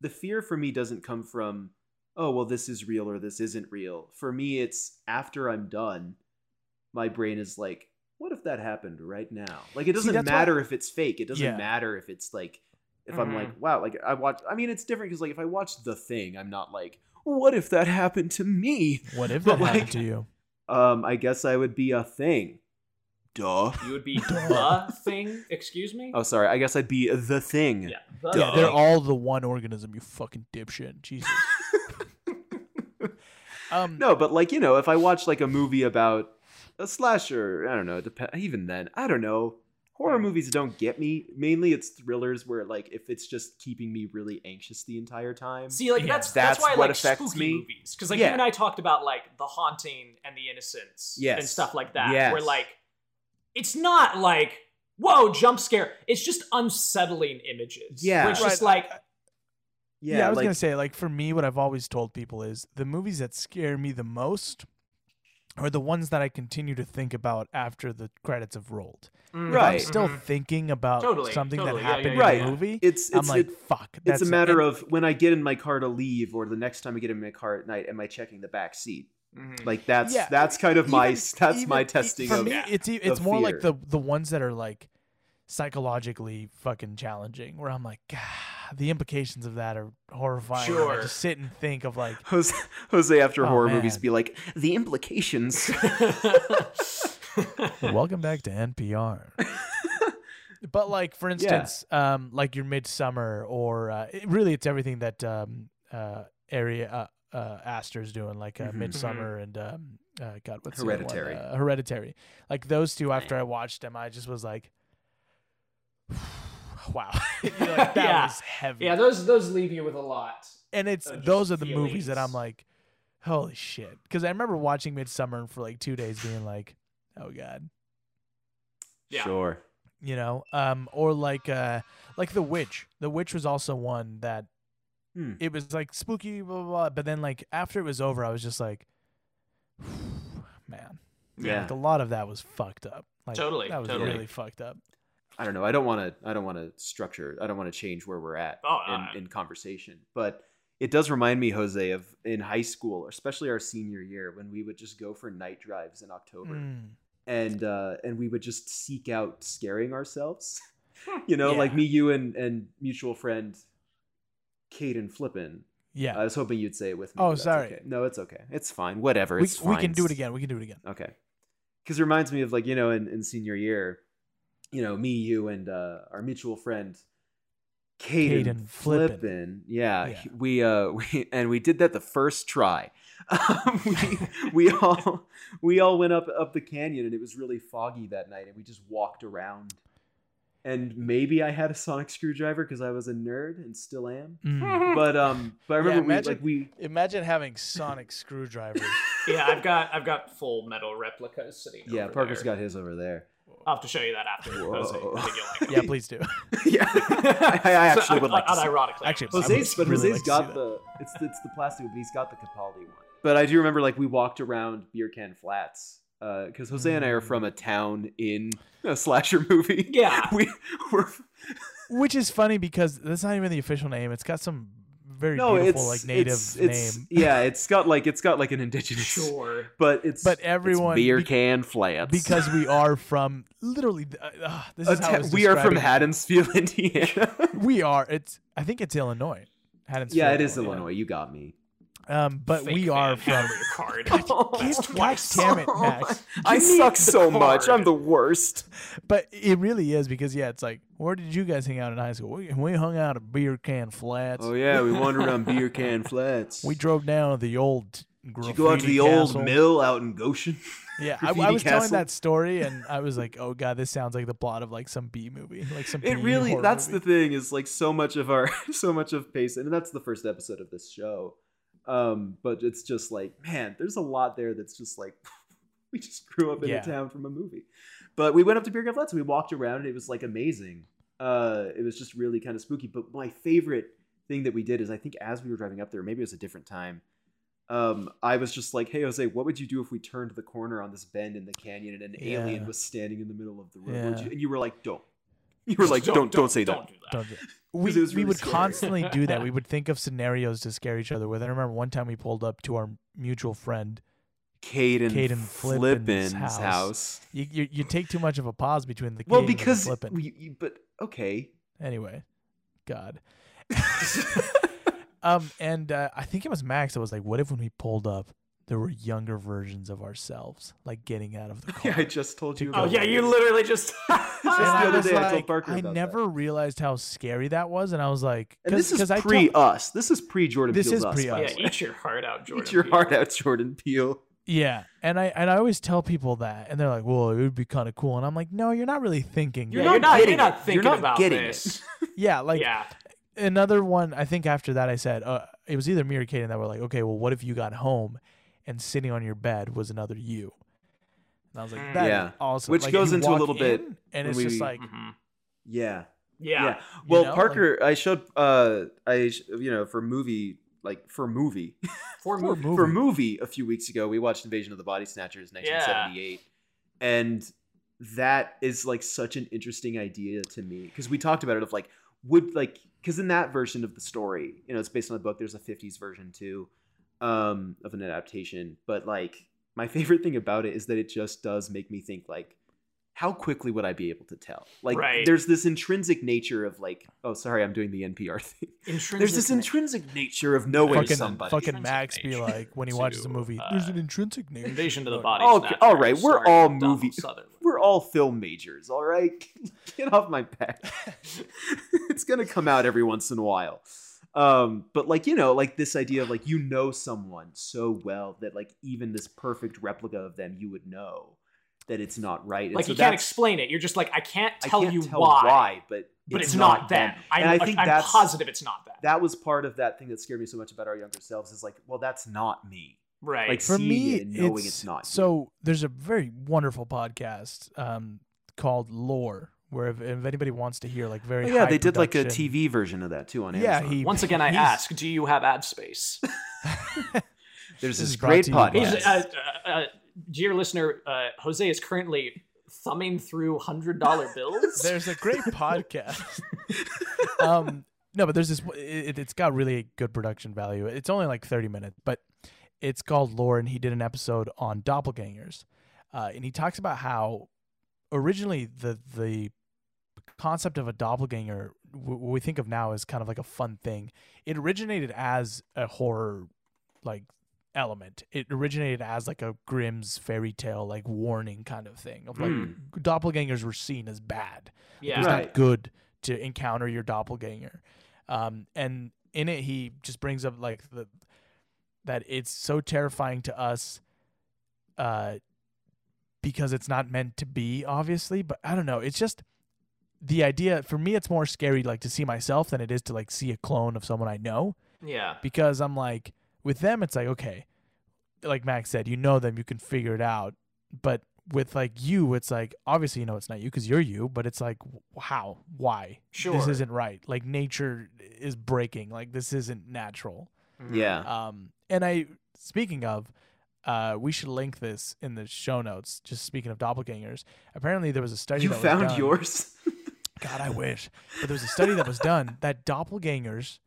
the fear for me doesn't come from, oh, well, this is real or this isn't real. For me, it's after I'm done, my brain is like, what if that happened right now? Like, it
See,
doesn't
that's why-
matter if it's fake. It doesn't
Yeah. Mm-hmm.
matter if it's like, if I'm
Mhm.
like, wow, like I watch, I mean, it's different because, like, if I watch The Thing, I'm not like, what if that happened to me?
What if
but,
that happened
like-
to you?
Um, I guess I would be a thing. Duh.
You would be the thing, excuse me?
Oh, sorry. I guess I'd be the thing.
Yeah. the
Yeah,
Duh.
they're
thing.
all the one organism, you fucking dipshit. Jesus. um,
No, but like you know, if I watch like a movie about a slasher, I don't know. Dep- even then, I don't know. Horror
Hmm.
movies don't get me. Mainly, it's thrillers where like if it's just keeping me really anxious the entire time.
See, like
Yeah.
that's, that's
That's
why I
what
like
affects
spooky
me.
movies because like
Yeah.
you and I talked about like the haunting and the innocence and
Yes.
stuff like that.
Yes.
Where like it's not like whoa jump scare. It's just unsettling images.
Yeah.
where it's just
Right.
like
Yeah,
yeah,
I was
like,
gonna say, like for me, what I've always told people is the movies that scare me the most are the ones that I continue to think about after the credits have rolled. If
mm,
Mm-hmm. I'm
Right. Mm-hmm.
still
mhm.
thinking about
Totally,
something
totally,
that
yeah, yeah,
happened
yeah,
in
yeah.
the movie.
it's it's
I'm like,
it-
fuck.
it's a matter
and-
of when I get in my car to leave, or the next time I get in my car at night, am I checking the back seat?
Mhm.
Like that's
Yeah. e-,
that's kind of my
Even-
that's my
even- e-,
testing
For
of
me, it's e- it's
of
more like
fear.
the the ones that are like psychologically fucking challenging, where I'm like, God, the implications of that are horrifying. and
Sure.
I just sit and think of like,
Jose, Jose after
Oh,
horror movies
man.
be like the implications. Mm-hmm.
Welcome back to NPR. but like for instance, um, like your Midsummer, or uh, it, really, it's everything that um, uh, area uh, uh, Astor's doing, like uh,
Mm-hmm.
Mhm.
Midsummer and um, uh, God, what's the other one?
Hereditary.
Uh, Hereditary. Like those two. After I watched them, I just was like, wow, You know, like, that
Yeah.
was heavy.
yeah, those those leave you with a lot.
and it's
of just
those are the movies that
feelings.
I'm like, holy shit, because I remember watching Midsummer and for like two days being like, oh god.
Yeah.
Sure.
you know um or like uh like the witch the witch was also one that
Hmm.
it was like spooky blah, blah blah but then like after it was over i was just like man
Yeah.
like a lot of that was fucked up like
Totally,
that was
totally.
really fucked up
I don't know. I don't want to. I don't want to structure. I don't want to change where we're at
Oh,
in,
uh,
in conversation. But it does remind me, Jose, of in high school, especially our senior year, when we would just go for night drives in October,
Mm.
and uh, and we would just seek out scaring ourselves. you know,
Yeah.
like me, you, and and mutual friend, Caden Flippin.
yeah
I was hoping you'd say it with me.
Oh,
but that's
sorry.
okay. No, it's okay. It's fine. Whatever.
we,
it's fine.
we can do it again we can do it again
Okay. Because it reminds me of like, you know, in, in senior year, you know, me, you, and uh, our mutual friend, Caden,
Caden Flippin.
Flippin. Yeah,
Yeah.
We, uh, we, and we did that the first try. Um, we, we all, we all went up, up the canyon and it was really foggy that night and we just walked around. And maybe I had a sonic screwdriver because I was a nerd and still am.
Mm.
But, um, but I
Yeah,
remember
imagine-
we, like, we,
imagine having sonic screwdrivers
yeah, I've got I've got full metal replicas sitting.
yeah,
over
Parker's
there.
got his over there.
I'll have to show you that after. Jose. I think you'll like it.
Yeah, please do.
yeah, I, I actually would like to see
Unironically,
Actually,
I would
Jose-
say.
Jose's, but
really
Jose's
like to see
got
that.
the it's it's the plastic, but he's got the Capaldi one. But I do remember like we walked around Beer Can Flats because Jose and I are from a town in a slasher movie.
Yeah.
we were
Which is funny because that's not even the official name. It's got some very
no,
beautiful
it's
like native
it's, it's,
name.
Yeah, it's got like it's got like an indigenous,
sure.
but it's
But
it's
everyone
Beer
be-
Can Flats
because we are from literally uh, uh, this
A
is how
ta-
I was
we are from
describing-
Haddonfield, Indiana.
We are. It's I think it's Illinois. Haddonfield,
yeah, it is Illinois. You got me.
Um, but
Fake
we
fan
are
account
from.
for your card.
God
That's twice.
damn it, Max.
I
Give me
suck
the
so much.
card.
I'm the worst.
But it really is because yeah, it's like where did you guys hang out in high school? We, we hung out at Beer Can Flats.
Oh yeah, we wandered on Beer Can Flats.
We drove down to the old.
Did you go out to the
graffiti castle.
old mill out in Goshen?
Yeah, I, I
graffiti
was telling
castle?
that story, and I was like, "Oh god, this sounds like the plot of like some B movie, like some."
It really that's the thing is like so much of our so much of pace and that's the first episode of this show. Um but it's just like man, there's a lot there that's just like we just grew up in
Yeah.
a town from a movie. But we went up to Beer Can Flats and we walked around and it was like amazing. Uh it was just really kind of spooky, but my favorite thing that we did is I think as we were driving up there, maybe it was a different time. Um, I was just like, "Hey Jose, what would you do if we turned the corner on this bend in the canyon and an alien
Yeah.
was standing in the middle of the road?" What would
Yeah.
you- and you were like, "Don't." You were like, "Don't, don't say that."
do
Don't do- we,
it was
we
really
would
scary.
constantly do that. We would think of scenarios to scare each other with. I remember one time we pulled up to our mutual friend.
Caden,
Caden Flippin's
Flippin's
house.
house.
You, you, you take too much of a pause between the
Well,
gating and the
because
flipping.
we, you- but okay,
anyway, God. um, and uh, I think it was Max that was like, "What if when we pulled up, there were younger versions of ourselves, like getting out of the car?"
yeah, I just told you.
Oh,
Oh
about
yeah,
that.
you literally just.
Just
And
the
I
other
was
day, I told
like-
Parker about that.
never realized how scary that was, and I was like,
And this is
because I
pre
tell-
us. This is pre Jordan.
This
Peele's
is
us, by
pre
the
us.
yeah,
way.
eat your heart out, Jordan.
Eat your
Peele.
heart out, Jordan Peele.
yeah, and I and I always tell people that, and they're like, "Well, it would be kind of cool," and I'm like, "No, you're not really thinking.
You're,
that."
not
not,
getting
you're not
it.
thinking
You're not
about
getting
this.
yeah, like
yeah,
another one. I think after that, I said uh, it was either me or Kaden that were like, "Okay, well, what if you got home, and sitting on your bed was another you?" And I was like,
Mm.
"That is
Yeah.
awesome."
Which
Like,
goes
you
into a
walk
little bit
in, and
when
it's just
we-
like,
mhm.
Yeah.
yeah,
yeah. Well,
know, like-
Parker, I showed uh I sh- you know for movie like for movie
For
Poor
movie.
movie.
for movie a few weeks ago we watched Invasion of the Body Snatchers 1978 and that is like such an interesting idea to me because we talked about it of like would like because in that version of the story you know it's based on a book there's a 50s version too um of an adaptation but like my favorite thing about it is that it just does make me think like how quickly would i be able to tell like
Right.
there's this intrinsic nature of like oh sorry i'm doing the npr thing there's this
Intrinsic-
intrinsic nature of knowing
fucking
somebody
fucking
Intrinsic
Max be
nature
like when he
to,
watches a movie.
uh,
There's an intrinsic nature.
invasion of the
Look,
body.
Okay,
Snatchers
all right, we're
starring
all
Donald
movie-
Sutherland.
we're all film majors all right get off my back it's gonna come out every once in a while um but like you know like this idea of like you know someone so well that like even this perfect replica of them you would know that it's not right And
Like
so
you can't
that's-
explain it. You're just like I can't
I
tell
can't
you
tell
why,
but
but it's, not
them.
that. I'm,
And I think
I'm
that's-
positive it's not that.
that was part of that thing that scared me so much about our younger selves is like well that's not me
right.
like
for
seeing
me
it and knowing it's, not you.
so there's a very wonderful podcast um called lore where if, if anybody wants to hear like very
Oh, yeah
high
they did like a
production-
tv version of that too on
yeah
amazon
he
Once again, I
he's-
ask, do you have ad space?
there's
This
this,
is brought
great
to you by-
podcast
He's, uh, uh, uh, dear listener, uh, Jose is currently thumbing through hundred dollar bills.
there's a great podcast um no but there's this it, it's got really good production value it's only like 30 minutes but it's called lore and he did an episode on doppelgangers uh, and he talks about how originally the the concept of a doppelganger w- what we think of now as kind of like a fun thing it originated as a horror like element it originated as like a grimm's fairy tale like warning kind of thing of like
Mm.
doppelgangers were seen as bad
yeah,
it's
Right.
not good to encounter your doppelganger um and in it he just brings up like the that it's so terrifying to us uh because it's not meant to be obviously but i don't know it's just the idea for me it's more scary like to see myself than it is to like see a clone of someone i know
yeah,
because i'm like with them it's like okay like max said you know them you can figure it out but with like you, it's like obviously you know it's not you because you're you, but it's like w- how, why? This
Sure.
isn't right. Like nature is breaking. Like this isn't natural.
Mhm.
Yeah.
Um, and I, speaking of, uh, we should link this in the show notes. Just speaking of doppelgangers, apparently there was a study.
You
that was
found
done-
yours?
God, I wish. But there was a study that was done that doppelgangers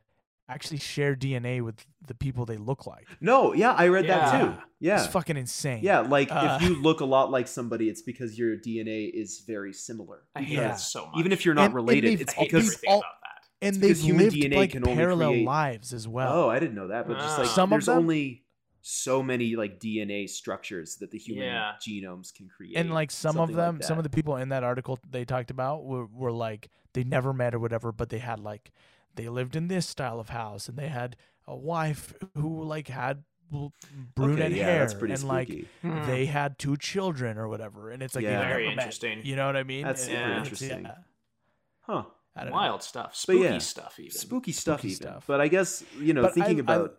actually share DNA with the people they look like.
no, yeah, I read that
Yeah.
too. Yeah.
It's fucking insane.
Yeah, like
Uh,
if you look a lot like somebody, it's because your DNA is very similar.
I hate
Yeah.
that so much.
Even if you're not
And- and
related,
they've-
it's
I hate
because.
everything
all-
about that.
and
because
they've
human
lived
DNA
like
can only
parallel
create-
lives as well.
Oh, I didn't know that, but just
Ah.
like
Some of
there's
them-
only so many like DNA structures that the human
Yeah.
genomes can create.
and like some of
something like
them, some of
that.
the people in that article they talked about were, were like they never met or whatever, but they had like they lived in this style of house and they had a wife who like had bl- brunette
okay, yeah,
hair
that's pretty
and like
spooky.
they had two children or whatever, and it's like they
Yeah.
never
Hmm. Very
met,
interesting.
You know what I mean?
That's
And
super
it's-
interesting.
yeah,
Huh.
I don't know.
Wild stuff, spooky
yeah.
stuff, even.
Spooky stuff
Spooky
even.
stuff.
But I guess, you know,
But I-
thinking
I-
about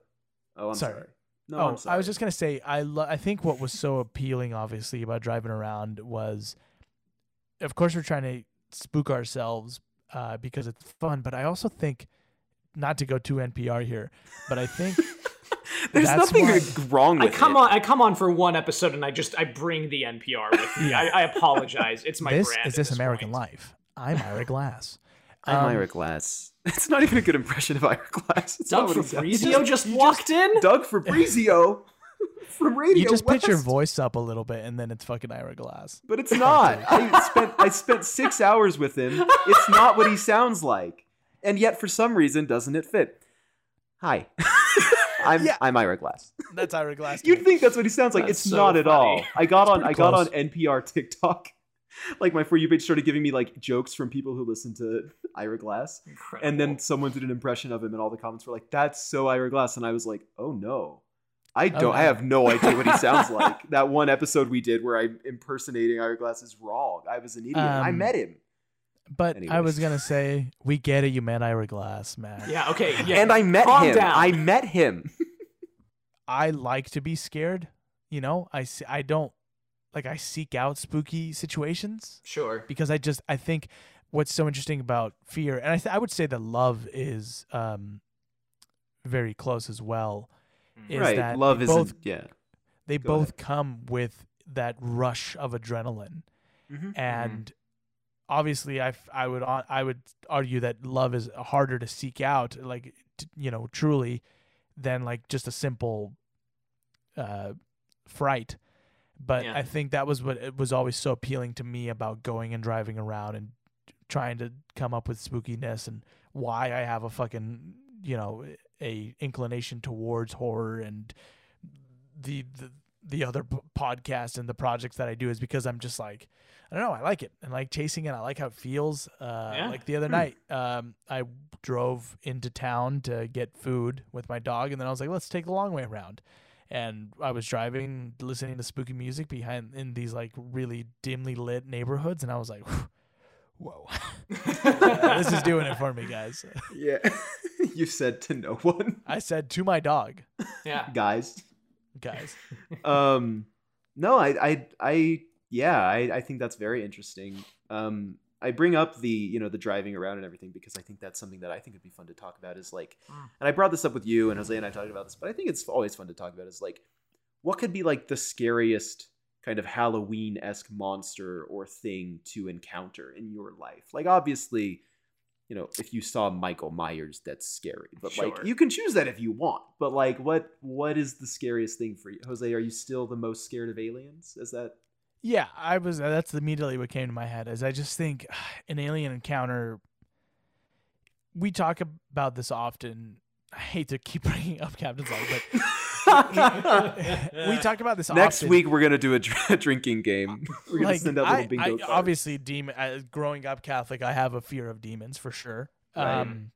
Oh, I'm sorry.
Sorry.
No,
oh,
I'm sorry.
I was just gonna say, I lo- I think what was so appealing, obviously, about driving around was, of course, we're trying to spook ourselves uh, because it's fun, but I also think, not to go too NPR here, but I think
There's
that's
nothing
why-
wrong
I
with
come
it.
on. I come on for one episode, and I just I bring the NPR with me. I, I apologize. It's my
this
brand.
is
at
this American
point.
life. I'm Ira Glass.
I'm
Um,
Ira Glass. It's not even a good impression of Ira Glass. It's
Doug
not what he sounds-
Fabrizio just walked in.
Doug Fabrizio from Radio
You just
West.
pitch your voice up a little bit, and then it's fucking Ira Glass.
But it's not. I spent I spent six hours with him. It's not what he sounds like, and yet for some reason doesn't it fit? Hi, I'm
Yeah.
I'm Ira Glass.
That's Ira Glass. to
You'd
me.
think that's what he sounds like.
That's
it's
so
not at all.
funny.
I got on I
pretty
got on
close.
NPR TikTok. Like my for you page started giving me like jokes from people who listen to Ira Glass,
Incredible.
and then someone did an impression of him, and all the comments were like, "That's so Ira Glass," and I was like, "Oh no." I don't.
Oh,
I
no.
have no idea what he sounds like. That one episode we did where I'm impersonating Ira Glass is wrong. I was an idiot. I
Um,
met him,
But I
Anyways.
was gonna say, we get it. You met Ira Glass, man.
yeah. Okay. Yeah.
and I met
calm
him.
down.
I met him.
I like to be scared. You know, I se- I don't like I seek out spooky situations
sure.
because I just I think what's so interesting about fear, and I th- I would say that love is um very close as well. Is
right,
that
love
they
isn't.
both
yeah,
they
Go
both come with that rush of adrenaline,
Mhm.
and obviously I f- I would on- I would argue that love is harder to seek out, like t- you know, truly, than like just a simple uh, fright. But
Yeah.
I think that was what it was always so appealing to me about going and driving around and trying to come up with spookiness and why I have a fucking you know a inclination towards horror and the the the other p- podcast and the projects that I do is because I'm just like I don't know I like it and like chasing it I like how it feels uh
Yeah.
like the other night um I drove into town to get food with my dog and then I was like let's take the long way around and I was driving listening to spooky music behind in these like really dimly lit neighborhoods and I was like whoa
Mm.
this is doing it for me guys
yeah. you said to no one,
I said to my dog
Yeah.
guys.
guys
um no i i i yeah i i think that's very interesting um i bring up the you know the driving around and everything because i think that's something that i think would be fun to talk about is like
Mm.
and i brought this up with you and jose and i talked about this but i think it's always fun to talk about is like what could be like the scariest kind of halloween-esque monster or thing to encounter in your life like obviously you know if you saw michael myers that's scary but like
Sure.
you can choose that if you want but like what what is the scariest thing for you jose are you still the most scared of aliens is that
Yeah, I was. uh, That's immediately what came to my head. Is I just think an alien encounter. We talk about this often. I hate to keep bringing up Captain's Log, but we talk about this
next
often.
week we're gonna do a dr- drinking game we're gonna
like,
send out little
I-
bingo
I,
cards.
obviously, demon. Uh, growing up Catholic, I have a fear of demons for sure.
Right.
Um,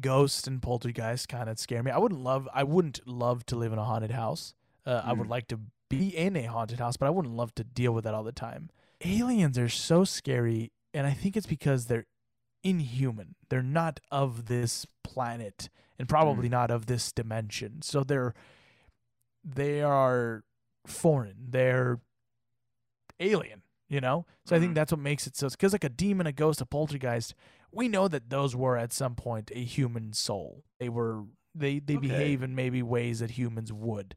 ghosts and poltergeists kind of scare me. I wouldn't love. I wouldn't love to live in a haunted house. Uh, I would
Mhm.
like to be in a haunted house, but I wouldn't love to deal with that all the time. Aliens are so scary, and I think it's because they're inhuman. They're not of this planet, and probably
Mm.
not of this dimension. So they're they are foreign. They're alien, you know? So I
Mm.
think
Mhm.
that's what makes it so. Because, like, a demon, a ghost, a poltergeist, we know that those were at some point a human soul. They were, they, they
Okay.
behave in maybe ways that humans would.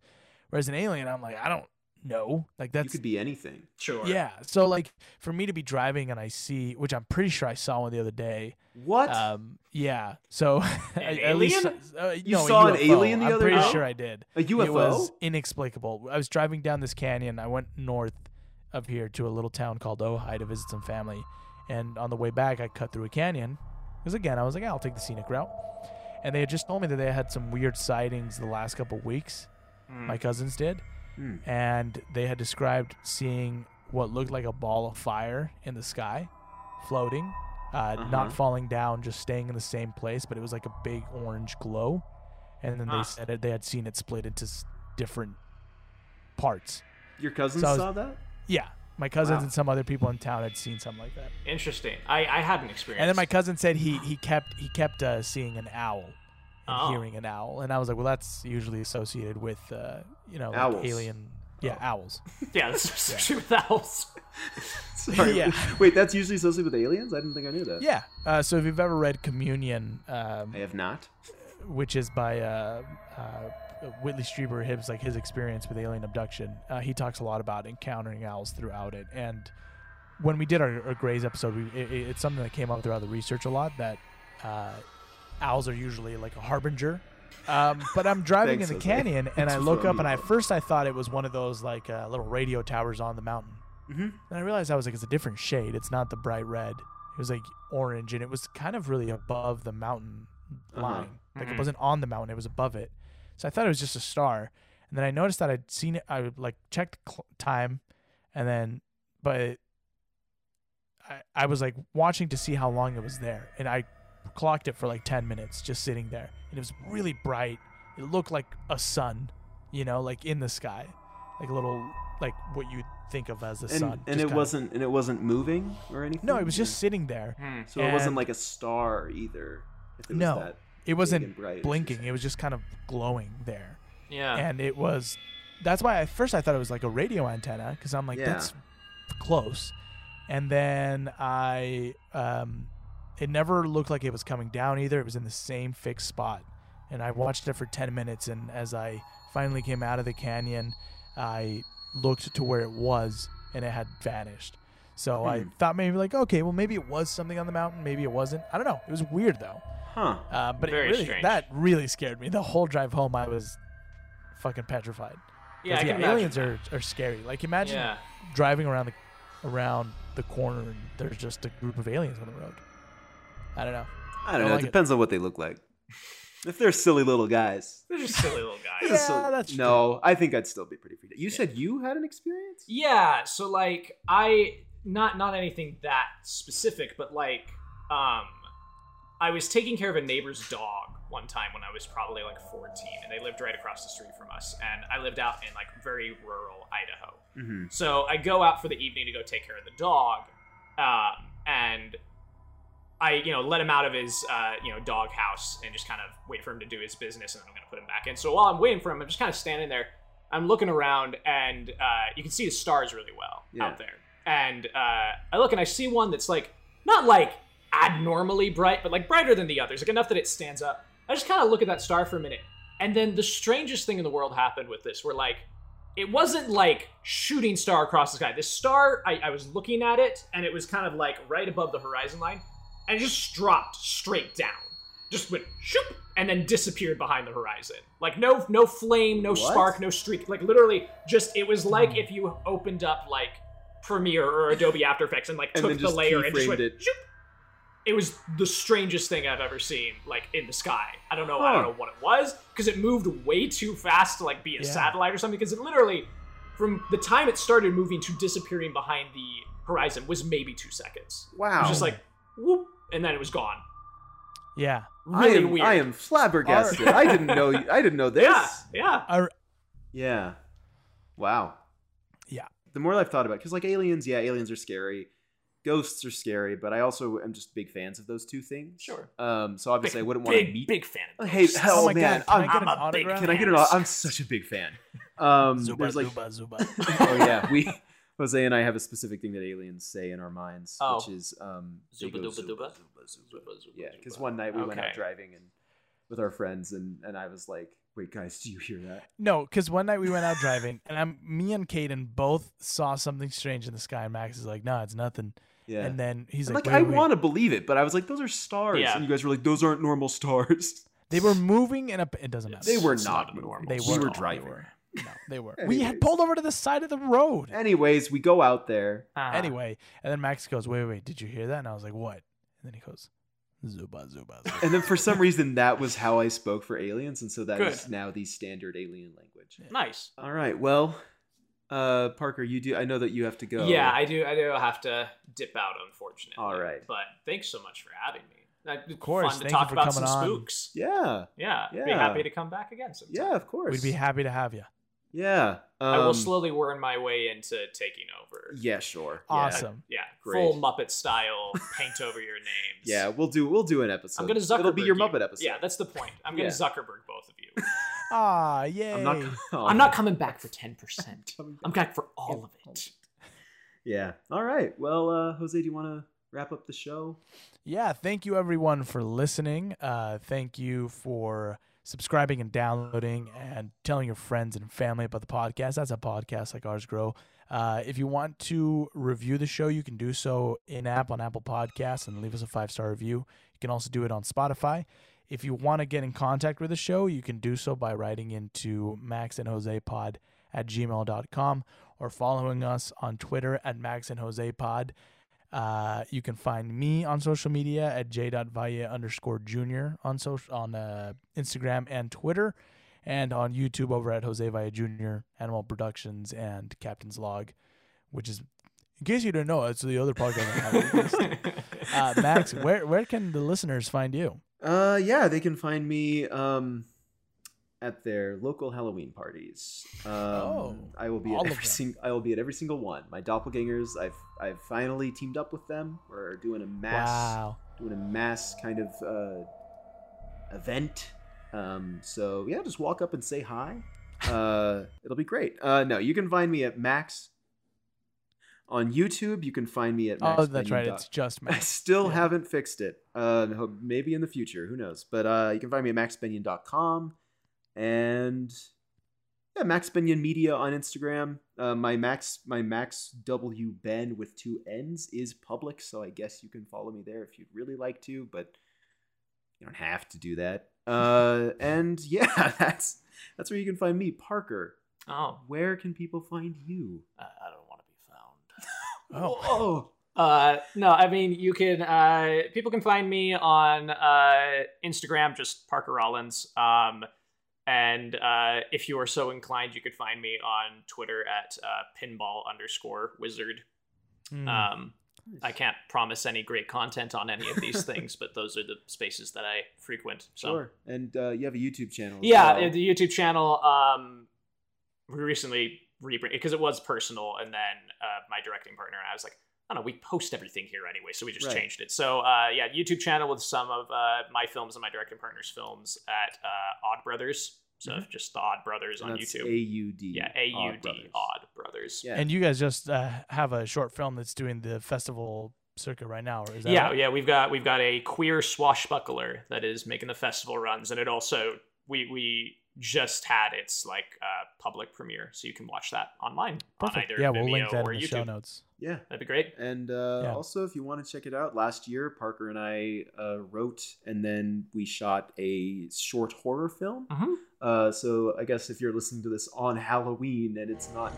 Whereas an alien, I'm like, I don't know.
you
Like, that's
could be anything.
Sure.
yeah. So like for me to be driving and I see, which I'm pretty sure I saw one the other day.
What?
Um, yeah. So
An
at least
alien?
uh,
You
no, a
saw an
UFO.
alien the
I'm
other
pretty
day?
sure I did.
a UFO?
It was inexplicable. I was driving down this canyon. I went north of here to a little town called Ojai to visit some family, and on the way back I cut through a canyon. Because again, I was like, "Yeah, I'll take the scenic route. And they had just told me that they had some weird sightings the last couple weeks.
Mm.
My cousins did
Hmm.
and they had described seeing what looked like a ball of fire in the sky, floating, uh,
Uh-huh.
not falling down, just staying in the same place, but it was like a big orange glow. And then
Ah.
they said that they had seen it split into s- different parts.
Your cousin
So I was-
saw that?
Yeah, my cousins
Wow.
and some other people in town had seen something like that.
Interesting. I, I had an experience.
And then my cousin said he he kept he kept uh, seeing an owl and
Oh.
hearing an owl, and I was like, well, that's usually associated with uh, you know
Owls. Oh.
like alien, yeah, owls.
yeah, this is especially with owls.
Sorry.
Yeah.
Wait, wait, that's usually associated with aliens? I didn't think I knew that.
Yeah. Uh, so if you've ever read Communion, um,
I have not.
which is by uh, uh, Whitley Strieber Hibbs, like his experience with alien abduction, uh, he talks a lot about encountering owls throughout it. And when we did our, our Grays episode, we, it, it- it's something that came up throughout the research a lot that uh, owls are usually like a harbinger. Um, but I'm driving
Thanks,
in the
Jose.
canyon and I
for
look up,
throwing
and
me
I
off.
first I thought it was one of those like uh, little radio towers on the mountain.
Mhm.
And I realized I was like, it's a different shade. It's not the bright red. It was like orange, and it was kind of really above the mountain
Uh-huh.
line. Like
Mhm.
it wasn't on the mountain; it was above it. So I thought it was just a star. And then I noticed that I'd seen it. I would, like checked cl- time, and then but I I was like watching to see how long it was there, and I clocked it for like ten minutes just sitting there, and it was really bright. It looked like a sun, you know, like in the sky, like a little like what you would think of as the
And,
sun.
and
just
it
kinda-
wasn't and it wasn't moving or anything?
No, it was
or-
just sitting there.
Hmm.
So it wasn't
and-
like a star either. If it was
No.
that
It
and
wasn't
bright, it's
blinking.
just-
It was just kind of glowing there.
Yeah.
and it was that's why at first I thought it was like a radio antenna because I'm like
Yeah.
that's close, and then I um, it never looked like it was coming down either. It was in the same fixed spot, and I watched it for ten minutes. And as I finally came out of the canyon, I looked to where it was, and it had vanished. So I
Hmm.
thought maybe like okay, well maybe it was something on the mountain, maybe it wasn't. I don't know. It was weird though.
Huh.
Uh, but
Very
it really,
strange.
that really scared me. The whole drive home, I was fucking petrified. 'Cause,
yeah, I can imagine
aliens
that.
are, are scary. Like imagine
Yeah.
driving around the around the corner and there's just a group of aliens on the road. I don't know.
I don't
I
know.
like
it
it.
depends on what they look like. If they're silly little guys.
They're just silly little guys.
Yeah,
So-
that's
no. I think I'd still be pretty freaked. out. You said you had an experience?
Yeah, so like I not not anything that specific, but like um I was taking care of a neighbor's dog one time when I was probably like 14 and they lived right across the street from us and I lived out in like very rural Idaho.
Mm-hmm.
So I go out for the evening to go take care of the dog, um, and I, you know, let him out of his, uh, you know, dog house and just kind of wait for him to do his business, and then I'm gonna put him back in. So while I'm waiting for him, I'm just kind of standing there. I'm looking around, and uh, you can see the stars really well
Yeah.
out there. And uh, I look, and I see one that's like not like abnormally bright, but like brighter than the others, like enough that it stands up. I just kind of look at that star for a minute, and then the strangest thing in the world happened with this, where like it wasn't like shooting star across the sky. This star, I, I was looking at it, and it was kind of like right above the horizon line, and it just dropped straight down. Just went shoop and then disappeared behind the horizon. Like no no flame, no
What?
spark, no streak. Like literally just it was like
Hmm.
if you opened up like Premiere or Adobe After Effects and like
And
took
then
the
just
layer and just
keyframed
went
it.
shoop. It was the strangest thing I've ever seen, like in the sky. I don't know, I
Huh.
don't know what it was, because it moved way too fast to like be a
Yeah.
satellite or something. Because it literally, from the time it started moving to disappearing behind the horizon, was maybe two seconds. It
Wow.
was just like whoop, and then it was gone.
Yeah.
Really
I am,
weird.
I am flabbergasted. I didn't know. I didn't know this.
Yeah, yeah.
I,
Yeah. Wow.
Yeah.
The more I've thought about, because like aliens, yeah, aliens are scary. Ghosts are scary, but I also am just big fans of those two things.
Sure.
Um. So obviously,
big,
I wouldn't want to
big,
meet.
big fan. Of
Hey,
those.
hell,
oh my
man,
god! Can
I'm-
I get an
I'm a big
autograph?
Can I get it? I'm such a big fan. Um.
Zuba,
there's like.
Zuba, Zuba.
oh yeah, we Jose and I have a specific thing that aliens say in our minds,
Oh.
which is um, they
Zuba
go
duba duba?
zuba. Yeah, because one night we went out
Okay.
driving and with our friends, and and I was like, "Wait, guys, do you hear that?"
No, because one night we went out driving, and I'm me and Caden both saw something strange in the sky, and Max is like, "No, it's nothing."
Yeah.
And then he's
And,
like,
like,
"Wait,
I
wait."
want to believe it, but I was like, "Those are stars,"
Yeah.
and you guys were like, "Those aren't normal stars."
They were moving in a. It doesn't matter.
They were
It's
not
not
normal.
normal.
They
we
were
were
not.
driving.
They were. No, they were. we had
Anyways.
pulled over to the side of the road.
Anyways, we go out there.
Anyway, and then Max goes, "Wait, wait, wait, did you hear that?" And I was like, "What?" And then he goes, "Zuba, zuba." zuba."
And then for some reason, that was how I spoke for aliens, and so that is
Good.
now the standard alien language.
nice.
All right, well, uh, Parker, you do. I know that you have to go.
Yeah, I do. I do have to dip out, unfortunately.
All right.
But thanks so much for having me. That-
Of course,
Fun to
thank
talk
you for
about
coming
some
on.
spooks.
yeah,
Yeah. Be
Yeah.
happy to come back again sometime.
yeah, of course.
We'd be happy to have you.
yeah, um,
I will slowly worm my way into taking over.
Yeah, sure. Yeah.
Awesome.
Yeah,
Great.
full Muppet style, paint over your names.
Yeah, we'll do. We'll do an episode.
I'm gonna Zuckerberg.
It'll be your
you.
Muppet episode.
Yeah, that's the point. I'm gonna
Yeah.
Zuckerberg both of you.
Ah, yay!
I'm not. oh,
I'm not coming back for ten percent.
coming
I'm
back.
back for all of it.
Yeah. All right. Well, uh, Jose, do you want to wrap up the show?
yeah, thank you everyone for listening. Uh, thank you for subscribing and downloading and telling your friends and family about the podcast. That's how podcasts like ours grow. Uh, if you want to review the show, you can do so in app on Apple Podcasts and leave us a five star review. You can also do it on Spotify. If you want to get in contact with the show, you can do so by writing into Max and Jose Pod at gmail.com or following us on Twitter at Max and Jose Pod. Uh, you can find me on social media at j.valle underscore junior on social on uh, Instagram and Twitter, and on YouTube over at Jose Valle Junior, Animal Productions, and Captain's Log, which is in case you didn't know, it's the other podcast.
Um,
I have. uh, Max, where where can the listeners find you?
Uh, yeah, they can find me um, at their local Halloween parties. Um,
Oh,
I will be
all
at
of
every
them.
sing- I will be at every single one. My doppelgangers, I've I've finally teamed up with them. We're doing a mass
Wow.
doing a mass kind of uh, event. Um, so yeah, just walk up and say hi. Uh, it'll be great. Uh, no, you can find me at Max on YouTube. You can find me at Max.
Oh, that's right.
Benyon dot-
It's just
I
Max.
still
Yeah.
haven't fixed it. Uh, I hope- maybe in the future, who knows? But uh, you can find me at maxbinion.com and yeah, Max Binion Media on Instagram. Uh, my Max, my Max W Ben with two N's is public, so I guess you can follow me there if you'd really like to, but you don't have to do that. Uh, and yeah, that's that's where you can find me, Parker.
oh,
Where can people find you?
I I don't want to be found.
Oh.
Whoa.
Uh, no, I mean you can. Uh, people can find me on uh, Instagram, just Parker Rollins. Um, and uh, if you are so inclined, you could find me on Twitter at uh, pinball underscore wizard.
Mm.
Uh,
Um, I can't promise any great content on any of these things, but those are the spaces that I frequent. So
Sure. And uh, you have a YouTube channel. as
yeah,
well.
the YouTube channel. Um, we recently rebranded because it was personal, and then uh, my directing partner and I was like, I don't know, we post everything here anyway, so we just
Right.
changed it. So uh, yeah, YouTube channel with some of uh, my films and my directing partner's films at uh, Odd Brothers. So just the Odd Brothers on
Mm-hmm. That's
YouTube.
AUD.
yeah, A U D Odd Brothers.
Yeah.
And you guys just uh, have a short film that's doing the festival circuit right now, or is that
yeah,
right?
yeah, we've got we've got a queer swashbuckler that is making the festival runs, and it also we we just had its like uh, public premiere, so you can watch that online on
Perfect.
either
Yeah,
Vimeo
we'll link that
or
in the
YouTube.
show notes.
Yeah.
That'd be great.
And uh,
Yeah.
also, if you want to check it out, last year Parker and I uh, wrote and then we shot a short horror film.
Mhm.
Uh, so I guess if you're listening to this on Halloween and it's not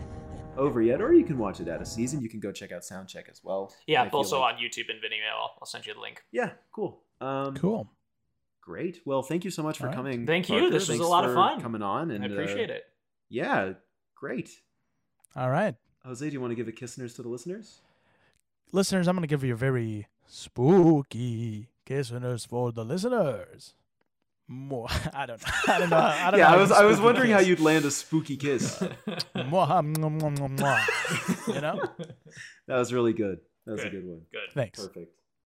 over yet, or you can watch it out of season, you can go check out Soundcheck as well.
Yeah,
I feel
also
like-
on YouTube and Vimeo. I'll, I'll send you the link.
Yeah, cool. Um,
Cool.
Great. Well, thank you so much for
All right.
coming.
Thank you.
Parker.
This was a
Thanks
lot of
for
fun.
coming on. And uh,
I appreciate it.
Yeah, great.
All right.
Jose, do you want to give a kiss nurse to the listeners?
Listeners, I'm going to give you a very spooky kiss and nurse for the listeners. More. I don't know. I don't know. I don't
yeah, I
know how
was
you
I was
spooky
wondering how
kiss.
you'd land a spooky kiss.
Mwah, mwah, mwah, mwah, mwah. you know?
that was really good. That was a
Good.
good one.
Good.
Thanks.
Perfect.